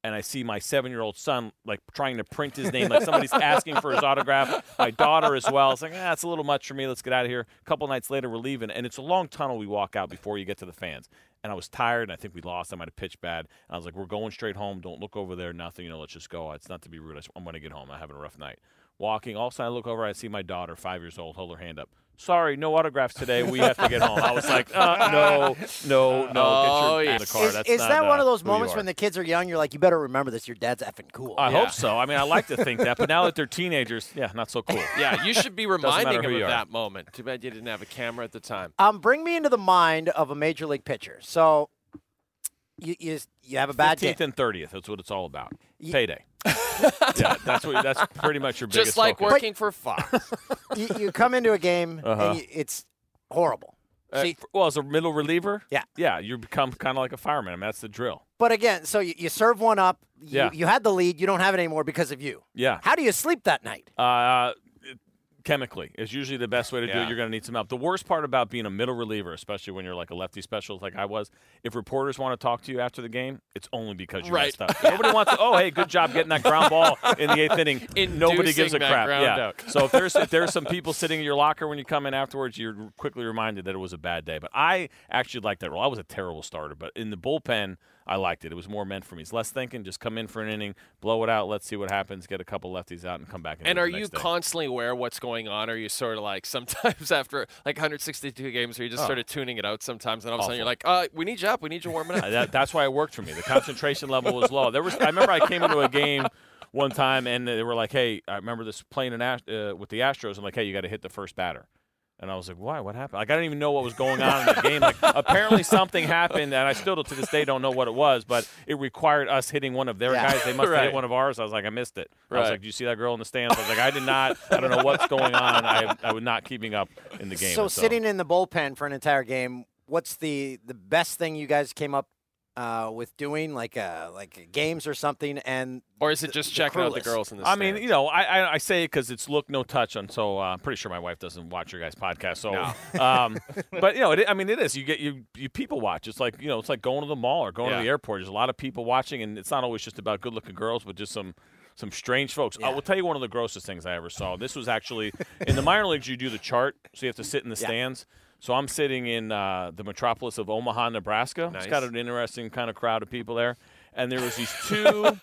Speaker 10: And I see my seven-year-old son like trying to print his name, like somebody's asking for his autograph. My daughter as well. It's like, ah, it's a little much for me. Let's get out of here. A couple nights later, we're leaving, and it's a long tunnel we walk out before you get to the fans and I was tired, and I think we lost. I might have pitched bad. And I was like, "We're going straight home. Don't look over there. Nothing. You know, let's just go. It's not to be rude. I just- I'm going to get home. I'm having a rough night." Walking, all of a sudden I look over. I see my daughter, five years old, hold her hand up. Sorry, no autographs today. We have to get home. I was like, uh, "No, no, no. Get your
Speaker 4: Oh,
Speaker 10: ass in the
Speaker 4: yes.
Speaker 10: car.
Speaker 5: is
Speaker 10: That's
Speaker 5: is
Speaker 10: not,
Speaker 5: that
Speaker 10: uh,
Speaker 5: one of those
Speaker 10: who you
Speaker 5: moments
Speaker 10: are."
Speaker 5: when the kids are young? You're like, you better remember this. Your dad's effing cool.
Speaker 10: I
Speaker 4: Yeah.
Speaker 10: hope so. I mean, I like to think that, but now that they're teenagers, yeah, not so cool. *laughs*
Speaker 4: Yeah, you *laughs* should be
Speaker 10: matter
Speaker 4: reminding
Speaker 10: who
Speaker 4: him of
Speaker 10: you are.
Speaker 4: that moment. Too bad you didn't have a camera at the time.
Speaker 5: Um, bring me into the mind of a major league pitcher. So, you you, you have a bad game.
Speaker 10: 15th and 30th. That's what it's all about.
Speaker 5: Ye- *laughs*
Speaker 10: Payday. yeah, that's what. That's pretty much your biggest.
Speaker 4: Just like
Speaker 10: focus.
Speaker 4: working for Fox.
Speaker 5: you, you come into a game
Speaker 10: *laughs* Uh-huh.
Speaker 5: and you, it's horrible.
Speaker 10: Uh,
Speaker 5: See-
Speaker 10: f- well, as a middle reliever,
Speaker 5: Yeah.
Speaker 10: yeah, you become kind of like a fireman. I mean, that's the drill.
Speaker 5: But again, so you, you serve one up. You,
Speaker 10: Yeah.
Speaker 5: you had the lead. You don't have it anymore because of you.
Speaker 10: Yeah,
Speaker 5: How do you sleep that night?
Speaker 10: uh, it- chemically is usually the best way to do
Speaker 4: Yeah.
Speaker 10: it. You're going to need some help. The worst part about being a middle reliever, especially when you're like a lefty specialist, like I was, if reporters want to talk to you after the game, it's only because you
Speaker 4: Right.
Speaker 10: messed up. Nobody wants. To, oh, hey, good job getting that ground ball in the eighth inning. Nobody gives
Speaker 4: *laughs* Inducing
Speaker 10: a
Speaker 4: that
Speaker 10: crap.
Speaker 4: ground
Speaker 10: Yeah.
Speaker 4: out.
Speaker 10: So if there's if there's some people sitting in your locker when you come in afterwards, you're quickly reminded that it was a bad day. But I actually liked that role. I was a terrible starter, but in the bullpen, I liked it. It was more meant for me. It's less thinking. Just come in for an inning, blow it out. Let's see what happens. Get a couple lefties out and come back. And,
Speaker 4: and
Speaker 10: do it
Speaker 4: are
Speaker 10: the
Speaker 4: you
Speaker 10: next day.
Speaker 4: constantly aware of what's going on? Or are you sort of like *laughs* sometimes after like 162 games, are you
Speaker 10: Oh.
Speaker 4: just sort of tuning it out sometimes? And all of a sudden you're like, uh, we need you up. We need you warming
Speaker 10: Uh, *laughs*
Speaker 4: up. *laughs*
Speaker 10: that, that's why it worked for me. The concentration level was low. There was. I remember I came into a game one time and they were like, "Hey, I remember this playing in Ast- uh, with the Astros." I'm like, "Hey, you got to hit the first batter." And I was like, "Why? What happened?" Like I didn't even know what was going on in the game.
Speaker 4: *laughs*
Speaker 10: Like apparently something happened, and I still to this day don't know what it was. But it required us hitting one of their
Speaker 5: Yeah.
Speaker 10: guys. They
Speaker 4: *laughs*
Speaker 10: must have
Speaker 4: Right.
Speaker 10: hit one of ours. I was like, "I missed it." I was
Speaker 4: Right.
Speaker 10: like, "Do you see that girl in the stands?" I was like, "I did not. I don't know what's going on. I I was not keeping up
Speaker 4: *laughs*
Speaker 10: in the game."
Speaker 5: So
Speaker 10: And
Speaker 5: sitting in the bullpen for an entire game, what's the the best thing you guys came up uh, with doing like a like games or something, and
Speaker 4: Or is it just checking out the
Speaker 5: crewless.
Speaker 4: girls in the
Speaker 10: I mean,
Speaker 4: stands?
Speaker 10: you know, I I, I say it because it's look no touch on. So uh, I'm pretty sure my wife doesn't watch your guys' podcast. So, um, but you know, it, I mean, it is. You get you you people watch. It's like you know, it's like going to the mall or going
Speaker 4: Yeah.
Speaker 10: to the airport. There's a lot of people watching, and it's not always just about good looking girls, but just some. Some strange folks. I will tell you one of the grossest things I ever saw. This was actually in the minor leagues. You do the chart, so you have to sit in the stands. So I'm sitting in uh, the metropolis of Omaha, Nebraska. It's got
Speaker 4: Nice.
Speaker 10: an interesting kind of crowd of people there, and there
Speaker 4: *laughs*
Speaker 10: was these two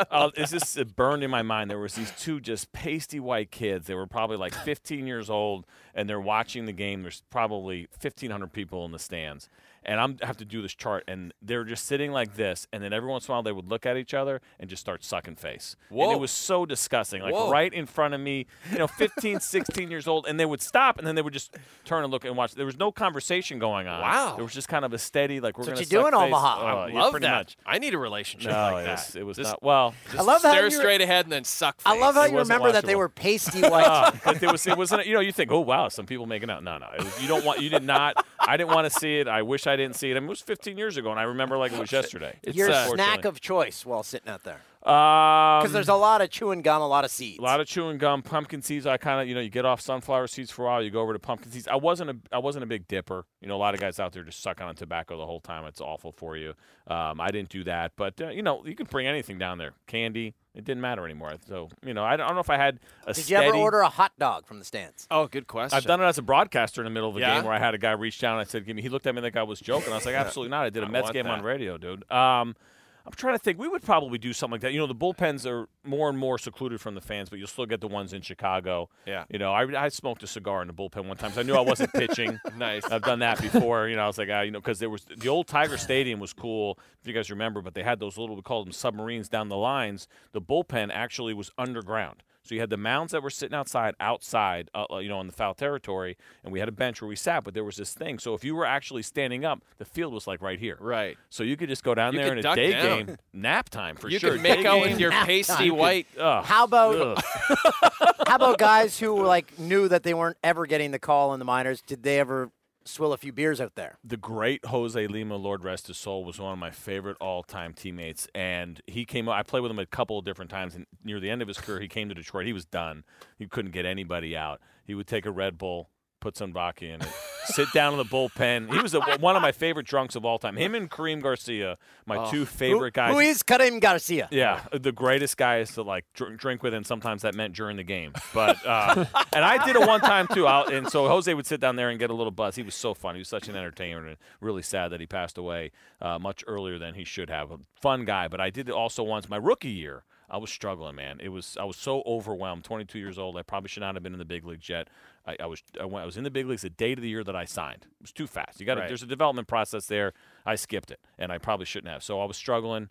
Speaker 10: uh, is this it burned in my mind? There was these two just pasty white kids. They were probably like 15 years old, and they're watching the game. There's probably 1,500 people in the stands, and I'm I have to do this chart, and they're just sitting like this, and then every once in a while they would look at each other and just start sucking face. And
Speaker 4: Whoa.
Speaker 10: it was so disgusting, like
Speaker 4: Whoa.
Speaker 10: right in front of me, you know, 15, 16 years old, and they would stop, and then they would just turn and look and watch. There was no conversation going on.
Speaker 4: Wow.
Speaker 10: There was just kind of a steady like we're
Speaker 5: That's
Speaker 10: going
Speaker 5: what
Speaker 10: to
Speaker 5: you do in Omaha.
Speaker 4: I
Speaker 10: Oh, yeah,
Speaker 4: love
Speaker 10: pretty
Speaker 4: that.
Speaker 10: much.
Speaker 4: I need a relationship
Speaker 10: No,
Speaker 4: like
Speaker 10: it
Speaker 4: that.
Speaker 10: was, it
Speaker 4: *laughs*
Speaker 10: was
Speaker 4: Just
Speaker 10: not well.
Speaker 4: Just
Speaker 5: love how
Speaker 4: stare
Speaker 5: you-
Speaker 4: straight ahead and then suck.
Speaker 5: I love how
Speaker 10: It
Speaker 5: you
Speaker 10: wasn't
Speaker 5: remember that they
Speaker 10: watchable.
Speaker 5: were pasty
Speaker 10: *laughs*
Speaker 5: white.
Speaker 10: Uh, but there was it wasn't you know you think oh wow some people making out no no it was, you don't want you did not I didn't want to see it I wish I didn't see it I mean, it was 15 years ago and I remember like it was yesterday. It's uh,
Speaker 5: Your snack of choice while sitting out there,
Speaker 10: because
Speaker 5: because there's a lot of chewing gum, a lot of seeds.
Speaker 10: a Um, lot of chewing gum, pumpkin seeds. I kind of, you know, you get off sunflower seeds for a while. You go over to pumpkin seeds. I wasn't a, I wasn't a big dipper. You know, a lot of guys out there just sucking on tobacco the whole time. It's awful for you. Um, I didn't do that, but uh, you know, you could bring anything down there. Candy, it didn't matter anymore. So you know, I don't, I don't know if I had a.
Speaker 5: Did you
Speaker 10: steady,
Speaker 5: ever order a hot dog from the stands?
Speaker 4: Oh, good question.
Speaker 10: I've done it as a broadcaster in the middle of a
Speaker 4: Yeah?
Speaker 10: game where I had a guy reach down and I said, "Give me." He looked at me like I was joking.
Speaker 4: *laughs*
Speaker 10: I was like, "Absolutely not." I did a Mets
Speaker 4: want
Speaker 10: game on
Speaker 4: that.
Speaker 10: radio, dude. Um, I'm trying to think. We would probably do something like that. You know, the bullpens are more and more secluded from the fans, but you'll still get the ones in Chicago.
Speaker 4: Yeah.
Speaker 10: You know, I, I smoked a cigar in the bullpen one time. So I knew I wasn't pitching.
Speaker 4: *laughs* Nice.
Speaker 10: I've done that before. You know, I was like, ah, you know, because there was the old Tiger Stadium was cool. If you guys remember, but they had those little we called them submarines down the lines. The bullpen actually was underground. So you had the mounds that were sitting outside, outside, uh, you know, in the foul territory, and we had a bench where we sat. But there was this thing. So if you were actually standing up, the field was like right here.
Speaker 4: Right.
Speaker 10: So you could just go down
Speaker 4: You
Speaker 10: there
Speaker 4: could
Speaker 10: in a
Speaker 4: duck
Speaker 10: day
Speaker 4: down.
Speaker 10: game, nap time for
Speaker 4: You
Speaker 10: sure.
Speaker 4: can make
Speaker 10: Day
Speaker 4: out
Speaker 10: game,
Speaker 4: with your pasty
Speaker 10: *laughs*
Speaker 4: white.
Speaker 10: ugh,
Speaker 5: How about
Speaker 10: ugh.
Speaker 5: how about guys
Speaker 10: *laughs*
Speaker 5: who like knew that they weren't ever getting the call in the minors? Did they ever swill a few beers out there?
Speaker 10: the great Jose Lima, Lord rest his soul, was one of my favorite all-time teammates, and he came. I played with him a couple of different times, and near the end of his career, he came to Detroit. He was done. He couldn't get anybody out. He would take a Red Bull, put some vodka in it, sit down in the bullpen. He was a, one of my favorite drunks of all time. Him and Kareem Garcia, my two favorite guys.
Speaker 5: Oh. Who is Karim Garcia?
Speaker 10: Yeah, the greatest guys to like dr- drink with, and sometimes that meant during the game. But uh, and I did it one time too. Out and so Jose would sit down there and get a little buzz. He was so fun. He was such an entertainer, and really sad that he passed away uh, much earlier than he should have. A fun guy, but I did it also once my rookie year. I was struggling, man. It was I was so overwhelmed. 22 years old. I probably should not have been in the big leagues yet. I, I was I, went, I was in the big leagues the date of the year that I signed. It was too fast. You got to
Speaker 4: Right.
Speaker 10: there's a development process there. I skipped it, and I probably shouldn't have. So I was struggling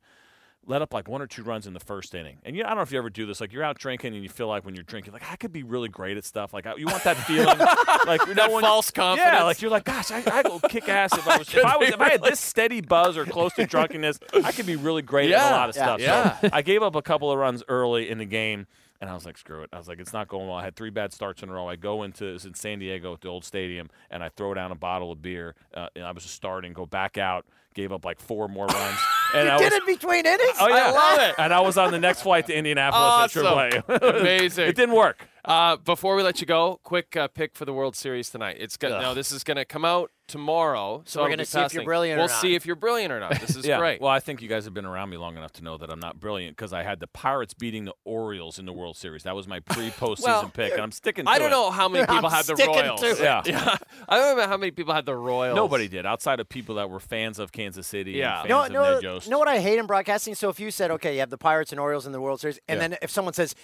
Speaker 10: let up like one or two runs in the first inning. And you know, I don't know if you ever do this. Like you're out drinking and you feel like when you're drinking, like I could be really great at stuff. Like I, you want that feeling, like no one,
Speaker 4: false
Speaker 10: Yeah,
Speaker 4: confidence.
Speaker 10: *laughs* like you're like, gosh, I, I go kick ass if I was if I was if I had this steady buzz or close to drunkenness, I could be really great at
Speaker 4: Yeah,
Speaker 10: a lot of
Speaker 5: yeah,
Speaker 10: stuff.
Speaker 4: yeah.
Speaker 10: So I gave up a couple of runs early in the game. And I was like, screw it. I was like, it's not going well. I had three bad starts in a row. I go into it's in San Diego at the old stadium, and I throw down a bottle of beer. Uh, and I was just starting, go back out, gave up like four more runs. And I
Speaker 5: Did
Speaker 10: was,
Speaker 5: it between innings?
Speaker 10: Oh
Speaker 4: I
Speaker 10: yeah,
Speaker 4: love it.
Speaker 10: And I was on the next flight to Indianapolis
Speaker 4: Awesome.
Speaker 10: at *laughs* AAA.
Speaker 4: Amazing.
Speaker 10: it didn't work.
Speaker 4: Uh, before we let you go, quick uh, pick for the World Series tonight. It's gonna no, this is gonna come out tomorrow. So,
Speaker 5: we're
Speaker 4: it'll
Speaker 5: gonna
Speaker 4: be
Speaker 5: see if you're
Speaker 4: passing.
Speaker 5: brilliant or
Speaker 4: We'll
Speaker 5: not.
Speaker 4: see if you're brilliant or not. *laughs* This is great.
Speaker 10: Well, I think you guys have been around me long enough to know that I'm not brilliant because I had the Pirates beating the Orioles in the World Series. That was my pre-postseason
Speaker 4: Well,
Speaker 10: pick, and I'm sticking. to
Speaker 4: I don't
Speaker 10: it.
Speaker 4: know how *laughs* many people
Speaker 5: I'm
Speaker 4: had the
Speaker 5: sticking
Speaker 4: Royals.
Speaker 5: to it.
Speaker 10: Yeah.
Speaker 4: *laughs* yeah. I don't know how many people had the Royals.
Speaker 10: Nobody did outside of people that were fans of Kansas City.
Speaker 4: Yeah.
Speaker 10: and
Speaker 5: No,
Speaker 10: fans
Speaker 5: no,
Speaker 10: of Ned Yost.
Speaker 5: know what I hate in broadcasting? So if you said, okay, you have the Pirates and Orioles in the World Series, and
Speaker 10: Yeah.
Speaker 5: then if someone says,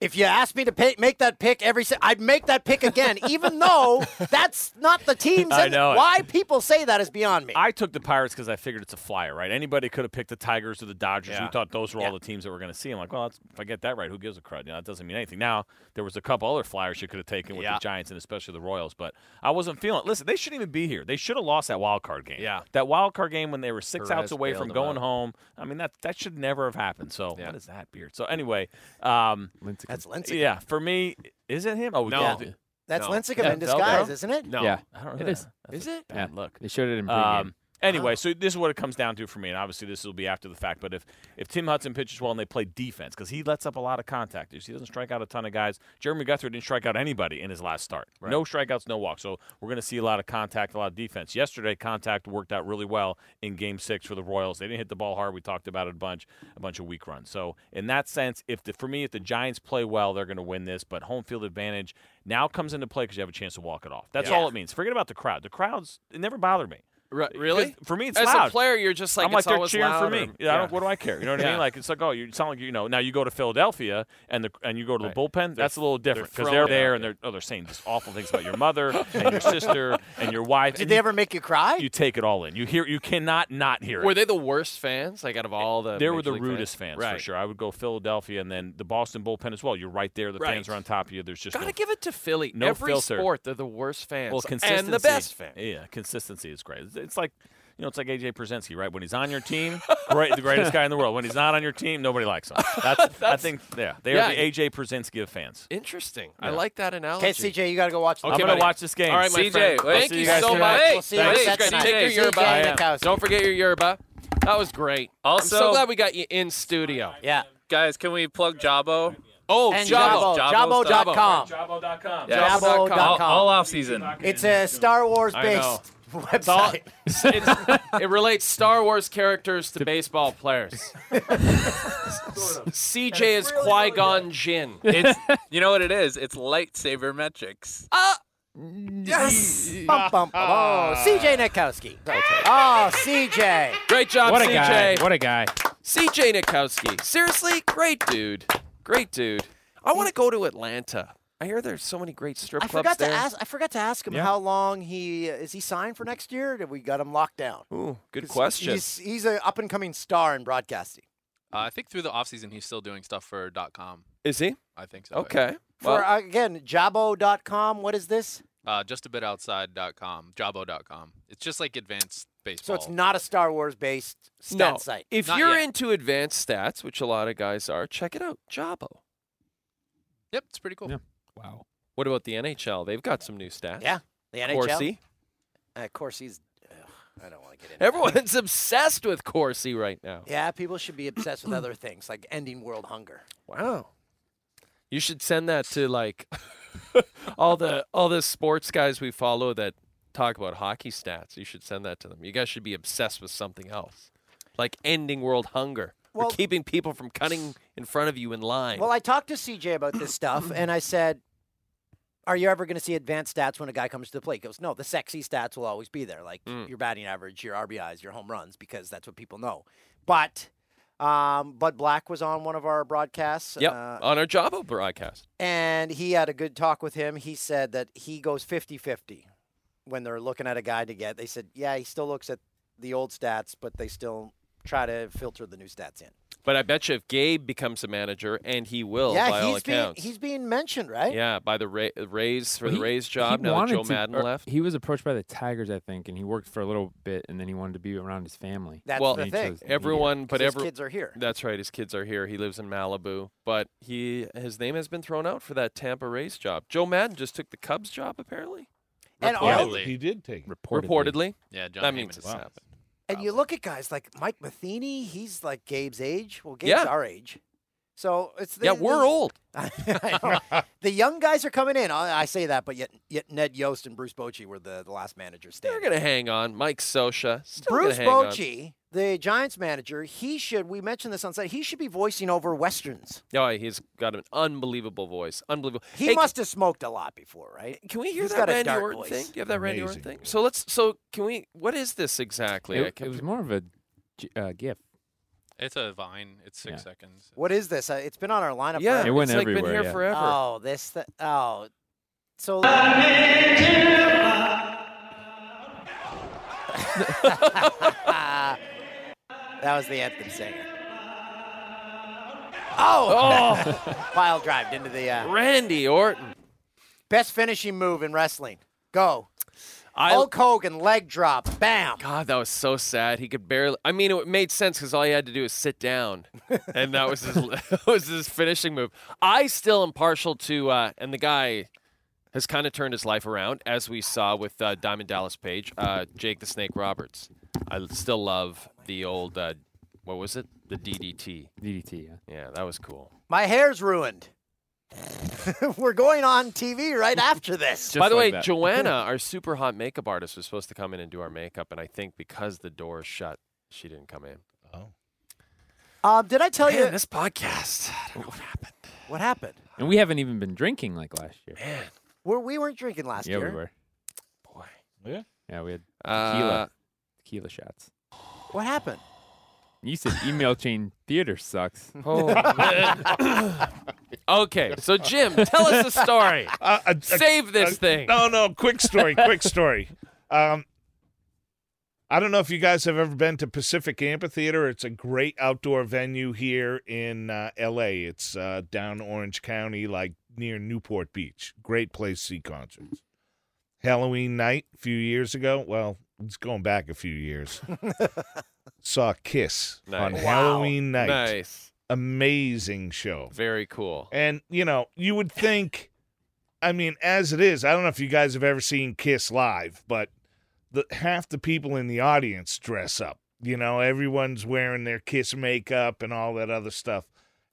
Speaker 5: if you asked me to pay, make that pick every, se-" I'd make that pick
Speaker 10: *laughs*
Speaker 5: again, even though that's not the teams.
Speaker 10: I
Speaker 5: and
Speaker 10: know it.
Speaker 5: Why people say that is beyond me.
Speaker 10: I took the Pirates because I figured it's a flyer, right? Anybody could have picked the Tigers or the Dodgers.
Speaker 4: Yeah.
Speaker 10: We thought those were all
Speaker 5: Yeah.
Speaker 10: the teams that were going to see. I'm like, well, that's, if I get that right, who gives a crud? You know, that doesn't mean anything. Now there was a couple other flyers you could have taken with
Speaker 4: Yeah.
Speaker 10: the Giants and especially the Royals, but I wasn't feeling. it. Listen, they shouldn't even be here. They should have lost that wild card game.
Speaker 4: Yeah.
Speaker 10: that wild card game when they were six
Speaker 4: Perez
Speaker 10: outs away
Speaker 4: bailed
Speaker 10: from
Speaker 4: them
Speaker 10: going
Speaker 4: out.
Speaker 10: home. I mean, that that should never have happened. So
Speaker 4: Yeah.
Speaker 10: what is that beard? So anyway, um,
Speaker 8: Lincecum.
Speaker 5: that's Lincecum.
Speaker 10: yeah, for me, is it him? Oh
Speaker 4: No.
Speaker 10: yeah.
Speaker 5: That's
Speaker 4: No.
Speaker 5: Lincecum
Speaker 10: Yeah,
Speaker 5: in
Speaker 10: Velcro.
Speaker 5: disguise, isn't it?
Speaker 4: No.
Speaker 8: yeah.
Speaker 10: I don't know.
Speaker 8: It is.
Speaker 10: That's
Speaker 4: Is it?
Speaker 10: a bad look.
Speaker 8: They showed it in pregame.
Speaker 10: Um, Anyway, so this is what it comes down to for me, and obviously this will be after the fact. But if, if Tim Hudson pitches well and they play defense, because he lets up a lot of contactors, he doesn't strike out a ton of guys. Jeremy Guthrie didn't strike out anybody in his last start. No strikeouts, no walks. So we're going to see a lot of contact, a lot of defense. Yesterday, contact worked out really well in Game Six for the Royals. They didn't hit the ball hard. We talked about it a bunch, a bunch of weak runs. So in that sense, if the, for me, if the Giants play well, they're going to win this. But home field advantage now comes into play because you have a chance to walk it off. That's all it means. Forget about the crowd. The crowds it never bothered me.
Speaker 4: Re- really?
Speaker 10: for me, it's
Speaker 4: As
Speaker 10: loud.
Speaker 4: a player, you're just like
Speaker 10: I'm like
Speaker 4: it's
Speaker 10: they're
Speaker 4: always
Speaker 10: cheering for
Speaker 4: louder.
Speaker 10: me. Yeah, I don't, what do I care? You know what I
Speaker 4: Yeah.
Speaker 10: mean? Like it's like oh, you sound like you know. Now you go to Philadelphia and the and you go to the bullpen. That's a little different because they're,
Speaker 4: throwing it
Speaker 10: there
Speaker 4: out
Speaker 10: and they're oh they're saying just awful things about your
Speaker 4: *laughs*
Speaker 10: mother and your sister and your wife.
Speaker 5: Did
Speaker 10: and
Speaker 5: they
Speaker 10: you,
Speaker 5: ever make you cry?
Speaker 10: *laughs* You take it all in. You hear. You cannot not hear it.
Speaker 4: Were they the worst fans? Like out of all the
Speaker 10: They
Speaker 4: Major
Speaker 10: were the
Speaker 4: League
Speaker 10: rudest fans, for
Speaker 4: Right.
Speaker 10: sure. I would go Philadelphia and then the Boston bullpen as well. You're right there. The fans
Speaker 4: Right.
Speaker 10: are on top of you. There's just
Speaker 4: Gotta
Speaker 10: no
Speaker 4: give it to Philly.
Speaker 10: no
Speaker 4: Every
Speaker 10: filter.
Speaker 4: sport, they're the worst fans.
Speaker 10: Well, consistency.
Speaker 4: and the best fans.
Speaker 10: Yeah, consistency is great. It's- It's like, you know, it's like AJ Przenski, right? When he's on your team, great, the greatest guy in the world. When he's not on your team, nobody
Speaker 4: *laughs*
Speaker 10: likes him. That's, I think, yeah, they
Speaker 4: yeah.
Speaker 10: are the AJ Przenski of fans.
Speaker 4: Interesting. I
Speaker 10: Yeah.
Speaker 4: like that analogy.
Speaker 5: Okay, CJ, you got to go watch. the
Speaker 10: I'm
Speaker 4: Okay,
Speaker 10: gonna
Speaker 4: buddy.
Speaker 10: watch this game.
Speaker 4: All right, my
Speaker 11: CJ,
Speaker 4: friend.
Speaker 11: let's
Speaker 4: Thank
Speaker 11: see
Speaker 4: you
Speaker 11: you guys
Speaker 4: so
Speaker 11: tonight.
Speaker 4: much.
Speaker 5: Hey, We'll see you
Speaker 4: Thanks.
Speaker 5: guys tonight.
Speaker 4: Take your
Speaker 5: CJ
Speaker 4: yerba.
Speaker 5: Nickowski.
Speaker 4: Don't forget your yerba. That was great.
Speaker 11: Also-
Speaker 4: I'm so glad we got you in studio.
Speaker 5: Yeah.
Speaker 11: Guys, can we plug Jabo?
Speaker 4: Oh,
Speaker 5: And
Speaker 4: Jabbo.
Speaker 11: Jabbo.
Speaker 5: Jabbo. Jabbo.com.
Speaker 10: Jabbo.com.
Speaker 4: Yeah.
Speaker 5: Jabbo.com.
Speaker 11: All, all off season.
Speaker 5: It's a Star Wars
Speaker 4: I know.
Speaker 5: based website.
Speaker 10: *laughs*
Speaker 4: It's- it relates Star Wars characters to
Speaker 5: *laughs*
Speaker 4: baseball players. CJ is Qui Gon Jinn.
Speaker 11: It's you know what it is. It's lightsaber metrics.
Speaker 4: Yes.
Speaker 5: Bum, bum, bum. Oh, CJ Nikowski. Oh, CJ.
Speaker 4: Great job,
Speaker 8: What a
Speaker 4: CJ.
Speaker 8: guy! What a guy!
Speaker 4: CJ Nikowski. Seriously, great dude. Great dude. I want to go to Atlanta. I hear there's so many great strip
Speaker 5: I
Speaker 4: clubs
Speaker 5: forgot
Speaker 4: there.
Speaker 5: to ask. I forgot to ask him
Speaker 10: Yeah.
Speaker 5: how long he is. He signed for next year. Did we got him locked down?
Speaker 4: Ooh, good
Speaker 5: 'Cause
Speaker 4: question.
Speaker 5: He's he's an up and coming star in broadcasting.
Speaker 11: Uh, I think through the off season he's still doing stuff for .com.
Speaker 4: Is he?
Speaker 11: I think so.
Speaker 4: Okay.
Speaker 5: For
Speaker 4: Well,
Speaker 5: uh, again, Jabbo.com. What is this?
Speaker 11: Uh, just a bit outside.com, Jabo.com. It's just like advanced
Speaker 5: So
Speaker 11: baseball.
Speaker 5: it's not a Star Wars based stat
Speaker 4: no.
Speaker 5: site.
Speaker 4: If
Speaker 11: Not
Speaker 4: you're
Speaker 11: yet.
Speaker 4: into advanced stats, which a lot of guys are, check it out. Jabo.
Speaker 11: Yep, it's pretty cool.
Speaker 8: Yeah. Wow.
Speaker 4: What about the NHL? They've got some new stats.
Speaker 5: Yeah, the NHL.
Speaker 4: Corsi.
Speaker 5: Uh, Corsi's. Ugh, I don't want to get into.
Speaker 4: Everyone's *laughs* obsessed with Corsi right now.
Speaker 5: It. Yeah, people should be obsessed
Speaker 4: *clears throat*
Speaker 5: with other things like ending world hunger.
Speaker 4: Wow. You should send that to like *laughs* all the all the sports guys we follow that talk about hockey stats. You should send that to them. You guys should be obsessed with something else. Like ending world hunger.
Speaker 5: Well-
Speaker 4: or keeping people from cutting in front of you in line.
Speaker 5: Well, I talked to CJ about this stuff, and I said, "Are you ever going to see advanced stats when a guy comes to the plate?" He goes, "No, the sexy stats will always be there, like
Speaker 4: Mm.
Speaker 5: your batting average, your RBIs, your home runs, because that's what people know." But um, Bud Black was on one of our broadcasts,
Speaker 4: yep. Oh.
Speaker 5: uh,
Speaker 4: on our Jabo broadcast.
Speaker 5: and he had a good talk with him. He said that he goes 50-50 when they're looking at a guy to get. They said, "Yeah, he still looks at the old stats, but they still try to filter the new stats in."
Speaker 4: But I bet you if Gabe becomes a manager and he will
Speaker 5: yeah,
Speaker 4: by all
Speaker 5: he's being
Speaker 4: accounts.
Speaker 5: he's being mentioned, right?
Speaker 4: yeah, by the Ra- Rays for
Speaker 8: Well,
Speaker 4: the
Speaker 8: he-
Speaker 4: Rays
Speaker 8: he
Speaker 4: job now that
Speaker 8: wanted
Speaker 4: Joe
Speaker 8: to-
Speaker 4: Madden
Speaker 8: or
Speaker 4: left.
Speaker 8: He was approached by the Tigers, I think, and he worked for a little bit, and then he wanted to be around his family.
Speaker 5: That's
Speaker 4: Well,
Speaker 5: the
Speaker 8: he
Speaker 5: thing.
Speaker 8: chose the media.
Speaker 4: Everyone but
Speaker 5: his
Speaker 4: every
Speaker 5: kids are here.
Speaker 4: That's right. His kids are here. He lives in Malibu, but he his name has been thrown out for that Tampa Rays job. Joe Madden just took the Cubs job, apparently.
Speaker 5: And,
Speaker 11: Reportedly.
Speaker 5: all,
Speaker 11: Reportedly.
Speaker 2: he did take. it.
Speaker 8: reportedly.
Speaker 4: Reportedly,
Speaker 11: Yeah, John
Speaker 4: that
Speaker 11: Heyman
Speaker 4: means
Speaker 11: is
Speaker 4: it's
Speaker 11: out.
Speaker 4: happened.
Speaker 5: and you look at guys like Mike Matheny. He's like Gabe's age. Well, Gabe's
Speaker 4: Yeah.
Speaker 5: our age. So it's the,
Speaker 4: Yeah, we're old.
Speaker 5: *laughs* I know. the young guys are coming in. I, I say that, but yet, yet Ned Yost and Bruce Bochy were the, the last managers
Speaker 4: They're
Speaker 5: standing.
Speaker 4: gonna hang on. Mike Sosha, still
Speaker 5: Bruce
Speaker 4: gonna hang on.
Speaker 5: Bochy, the Giants manager, he should. We mentioned this on site. He should be voicing over westerns.
Speaker 4: Oh, he's got an unbelievable voice. Unbelievable.
Speaker 5: He
Speaker 4: Hey,
Speaker 5: must have smoked a lot before, right?
Speaker 4: Can we hear
Speaker 5: he's
Speaker 4: that
Speaker 5: got a
Speaker 4: Randy
Speaker 5: dark
Speaker 4: Orton
Speaker 5: voice.
Speaker 4: thing? Do you have that Randy Orton
Speaker 2: Amazing
Speaker 4: thing?
Speaker 2: voice.
Speaker 4: So let's. So can we? What is this exactly? I
Speaker 8: It,
Speaker 4: can-
Speaker 8: it was more of a g- uh, gift.
Speaker 11: It's a vine. It's six
Speaker 8: Yeah.
Speaker 11: seconds.
Speaker 5: What is this? Uh, it's been on our lineup.
Speaker 4: yeah,
Speaker 8: It
Speaker 5: forever.
Speaker 8: went
Speaker 4: it's like been
Speaker 8: everywhere,
Speaker 4: here
Speaker 8: yeah.
Speaker 4: forever.
Speaker 5: Oh, this. Th- oh, so. that was the anthem singer. Oh! *laughs* Pile drive into the uh,
Speaker 4: Randy Orton.
Speaker 5: best finishing move in wrestling. Go.
Speaker 4: I
Speaker 5: Hulk Hogan leg drop. Bam.
Speaker 4: God, that was so sad. He could barely. I mean, it made sense because all he had to do was sit down, and that was his *laughs* that was his finishing move. I still am partial to, uh, and the guy has kind of turned his life around, as we saw with uh, Diamond Dallas Page, uh, Jake the Snake Roberts. I still love the old, uh, what was it? The DDT.
Speaker 8: DDT, yeah.
Speaker 4: Yeah, that was cool.
Speaker 5: My hair's ruined. *laughs* We're going on TV right after this.
Speaker 4: *laughs* By the way, Joanna, our super hot makeup artist, was supposed to come in and do our makeup, and I think because the door is shut, she didn't come in. Oh.
Speaker 5: Um, did I tell you
Speaker 4: this podcast? what happened?
Speaker 5: What happened?
Speaker 8: And we haven't even been drinking like last year.
Speaker 5: We're, we weren't drinking last
Speaker 8: yeah,
Speaker 5: year.
Speaker 8: we were.
Speaker 10: Yeah.
Speaker 8: Yeah, we had
Speaker 4: Uh,
Speaker 8: tequila, tequila shots.
Speaker 5: What happened?
Speaker 8: You said email chain theater sucks.
Speaker 2: *laughs*
Speaker 4: okay, so Jim, tell us a story.
Speaker 2: Uh, a- a-
Speaker 4: Save this
Speaker 2: a-
Speaker 4: thing.
Speaker 2: No, no, quick story,
Speaker 4: *laughs*
Speaker 2: quick story. Um, I don't know if you guys have ever been to Pacific Amphitheater. It's a great outdoor venue here in uh, L.A. It's uh, down Orange County, like near Newport Beach. Great place to see concerts. Halloween night a few years ago. Well, it's going back a few years. Saw Kiss on
Speaker 4: Nice. Wow.
Speaker 2: Halloween night.
Speaker 4: Nice.
Speaker 2: Amazing show.
Speaker 4: Very cool.
Speaker 2: And you know, you would think I mean, as it is, I don't know if you guys have ever seen Kiss live, but the half the people in the audience dress up. You know, everyone's wearing their Kiss makeup and all that other stuff.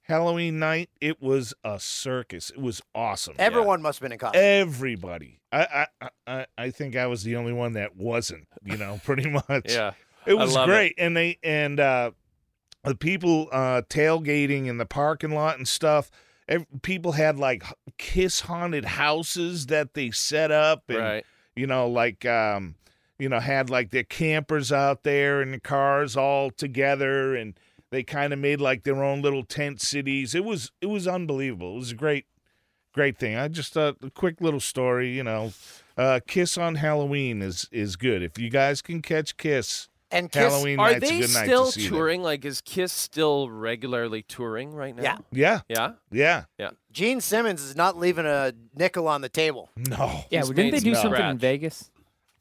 Speaker 2: Halloween night, it was a circus. It was awesome.
Speaker 5: Everyone must have been in costume.
Speaker 2: Everybody. I I, I I think I was the only one that wasn't, you know, pretty *laughs* much.
Speaker 4: Yeah.
Speaker 2: It was
Speaker 4: love it.
Speaker 2: great. And they and uh the people uh tailgating in the parking lot and stuff. ev- People had like h- kiss haunted houses that they set up and
Speaker 4: Right.
Speaker 2: you know like um you know had like their campers out there and the cars all together and they kind of made like their own little tent cities. It was it was unbelievable. It was a great great thing. I just uh, a quick little story, you know. Uh, Kiss on Halloween is is good. If you guys can catch Kiss
Speaker 5: and Kiss.
Speaker 2: Halloween
Speaker 4: Are
Speaker 2: night's a
Speaker 4: they
Speaker 2: good night
Speaker 4: still
Speaker 2: to see them.
Speaker 4: touring? Like, is Kiss still regularly touring right now?
Speaker 5: Yeah.
Speaker 2: Yeah,
Speaker 4: Yeah.
Speaker 2: yeah.
Speaker 5: Gene Simmons is not leaving a nickel on the table.
Speaker 2: No,
Speaker 8: yeah,
Speaker 4: He's
Speaker 8: well, didn't
Speaker 4: made
Speaker 8: they do
Speaker 4: some
Speaker 8: something
Speaker 4: scratch.
Speaker 8: in Vegas?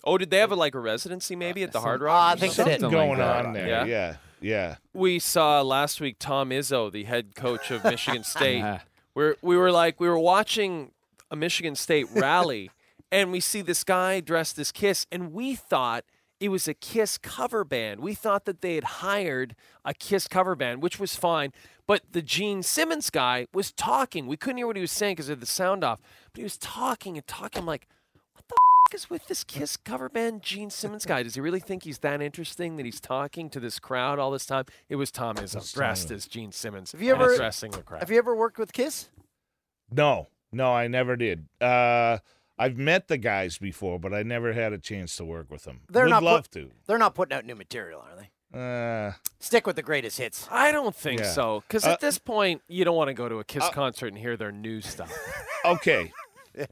Speaker 4: Oh, did they have a, like a residency maybe at the Hard
Speaker 2: Uh,
Speaker 4: Rock?
Speaker 5: Ah,
Speaker 4: or
Speaker 5: I think they
Speaker 4: something?
Speaker 5: did.
Speaker 8: Something
Speaker 2: going
Speaker 8: like that.
Speaker 2: on there.
Speaker 4: Yeah.
Speaker 2: Yeah, yeah.
Speaker 4: We saw last week Tom Izzo, the head coach of Michigan State.
Speaker 8: Yeah.
Speaker 4: Where we were like we were watching a Michigan State rally, and we see this guy dressed as Kiss, and we thought it was a Kiss cover band. We thought that they had hired a Kiss cover band, which was fine. But the Gene Simmons guy was talking. We couldn't hear what he was saying because of the sound off. But he was talking and talking. I'm like, what the f- is with this Kiss cover band Gene Simmons guy? Does he really think he's that interesting that he's talking to this crowd all this time? It was Tom Izzo dressed as Gene Simmons.
Speaker 5: Have you
Speaker 4: and
Speaker 5: ever-
Speaker 4: addressing the crowd?
Speaker 5: Have you ever worked with Kiss?
Speaker 2: No, no, I never did. Uh, I've met the guys before, but I never had a chance to work with them.
Speaker 5: They're
Speaker 2: Would
Speaker 5: not put-
Speaker 2: love
Speaker 5: They're not putting out new material, are they?
Speaker 2: to. Uh,
Speaker 5: Stick with the greatest hits.
Speaker 4: I don't think
Speaker 2: Yeah.
Speaker 4: so. Because
Speaker 2: Uh,
Speaker 4: at this point, you don't want to go to a Kiss
Speaker 2: uh,
Speaker 4: concert and hear their
Speaker 2: *laughs*
Speaker 4: new stuff.
Speaker 5: *laughs*
Speaker 2: okay.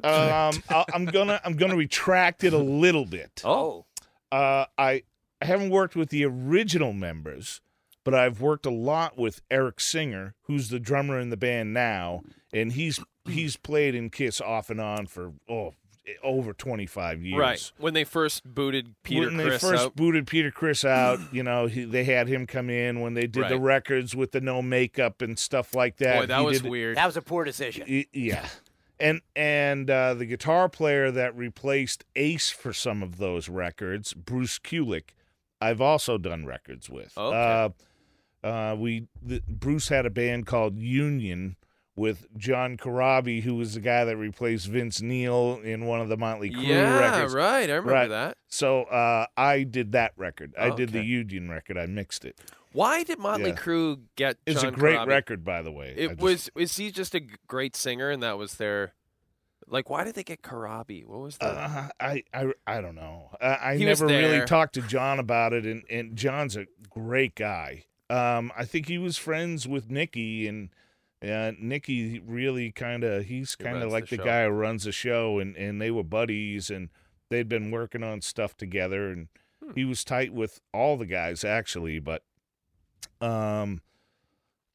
Speaker 2: um, I, I'm gonna I'm gonna retract it a little bit.
Speaker 4: oh,
Speaker 2: Uh, I I haven't worked with the original members, but I've worked a lot with Eric Singer, who's the drummer in the band now, and he's he's played in Kiss off and on for oh over 25 years.
Speaker 4: right. When they first booted
Speaker 2: Oh.
Speaker 4: Peter
Speaker 2: when
Speaker 4: Chris
Speaker 2: they first
Speaker 4: out.
Speaker 2: booted Peter Chris
Speaker 4: *clears throat*
Speaker 2: out, you know, he, they had him come in when they did the
Speaker 4: Right.
Speaker 2: records with the no makeup and stuff like that.
Speaker 4: Boy, that
Speaker 2: He
Speaker 4: was
Speaker 2: did-
Speaker 4: weird.
Speaker 5: That was a poor decision.
Speaker 2: Y- Yeah. And and uh, the guitar player that replaced Ace for some of those records, Bruce Kulick, I've also done records with.
Speaker 4: Okay.
Speaker 2: Uh, uh, we the, Bruce had a band called Union with John Corabi, who was the guy that replaced Vince Neil in one of the Motley Crue
Speaker 4: yeah,
Speaker 2: records.
Speaker 4: right. I remember
Speaker 2: Right.
Speaker 4: that.
Speaker 2: So uh, I did that record. I did the
Speaker 4: Okay.
Speaker 2: Union record. I mixed it.
Speaker 4: Why did Motley
Speaker 2: Yeah.
Speaker 4: Crue get?
Speaker 2: It's
Speaker 4: John
Speaker 2: a great
Speaker 4: Corabi?
Speaker 2: record, by the way. I
Speaker 4: It
Speaker 2: just-
Speaker 4: was. Is he just a g- great singer, and that was their? Like, why did they get Karabi? What was the?
Speaker 2: Uh, I, I I don't know. I, I
Speaker 4: He was
Speaker 2: never really
Speaker 4: there.
Speaker 2: talked to John about it, and, and John's a great guy. Um, I think he was friends with Nikki, and uh, Nikki really kind of he's
Speaker 4: He
Speaker 2: kind
Speaker 4: runs
Speaker 2: of
Speaker 4: the
Speaker 2: like the,
Speaker 4: show.
Speaker 2: guy who runs the show, and and they were buddies, and they'd been working on stuff together, and
Speaker 4: Hmm.
Speaker 2: he was tight with all the guys actually, but um,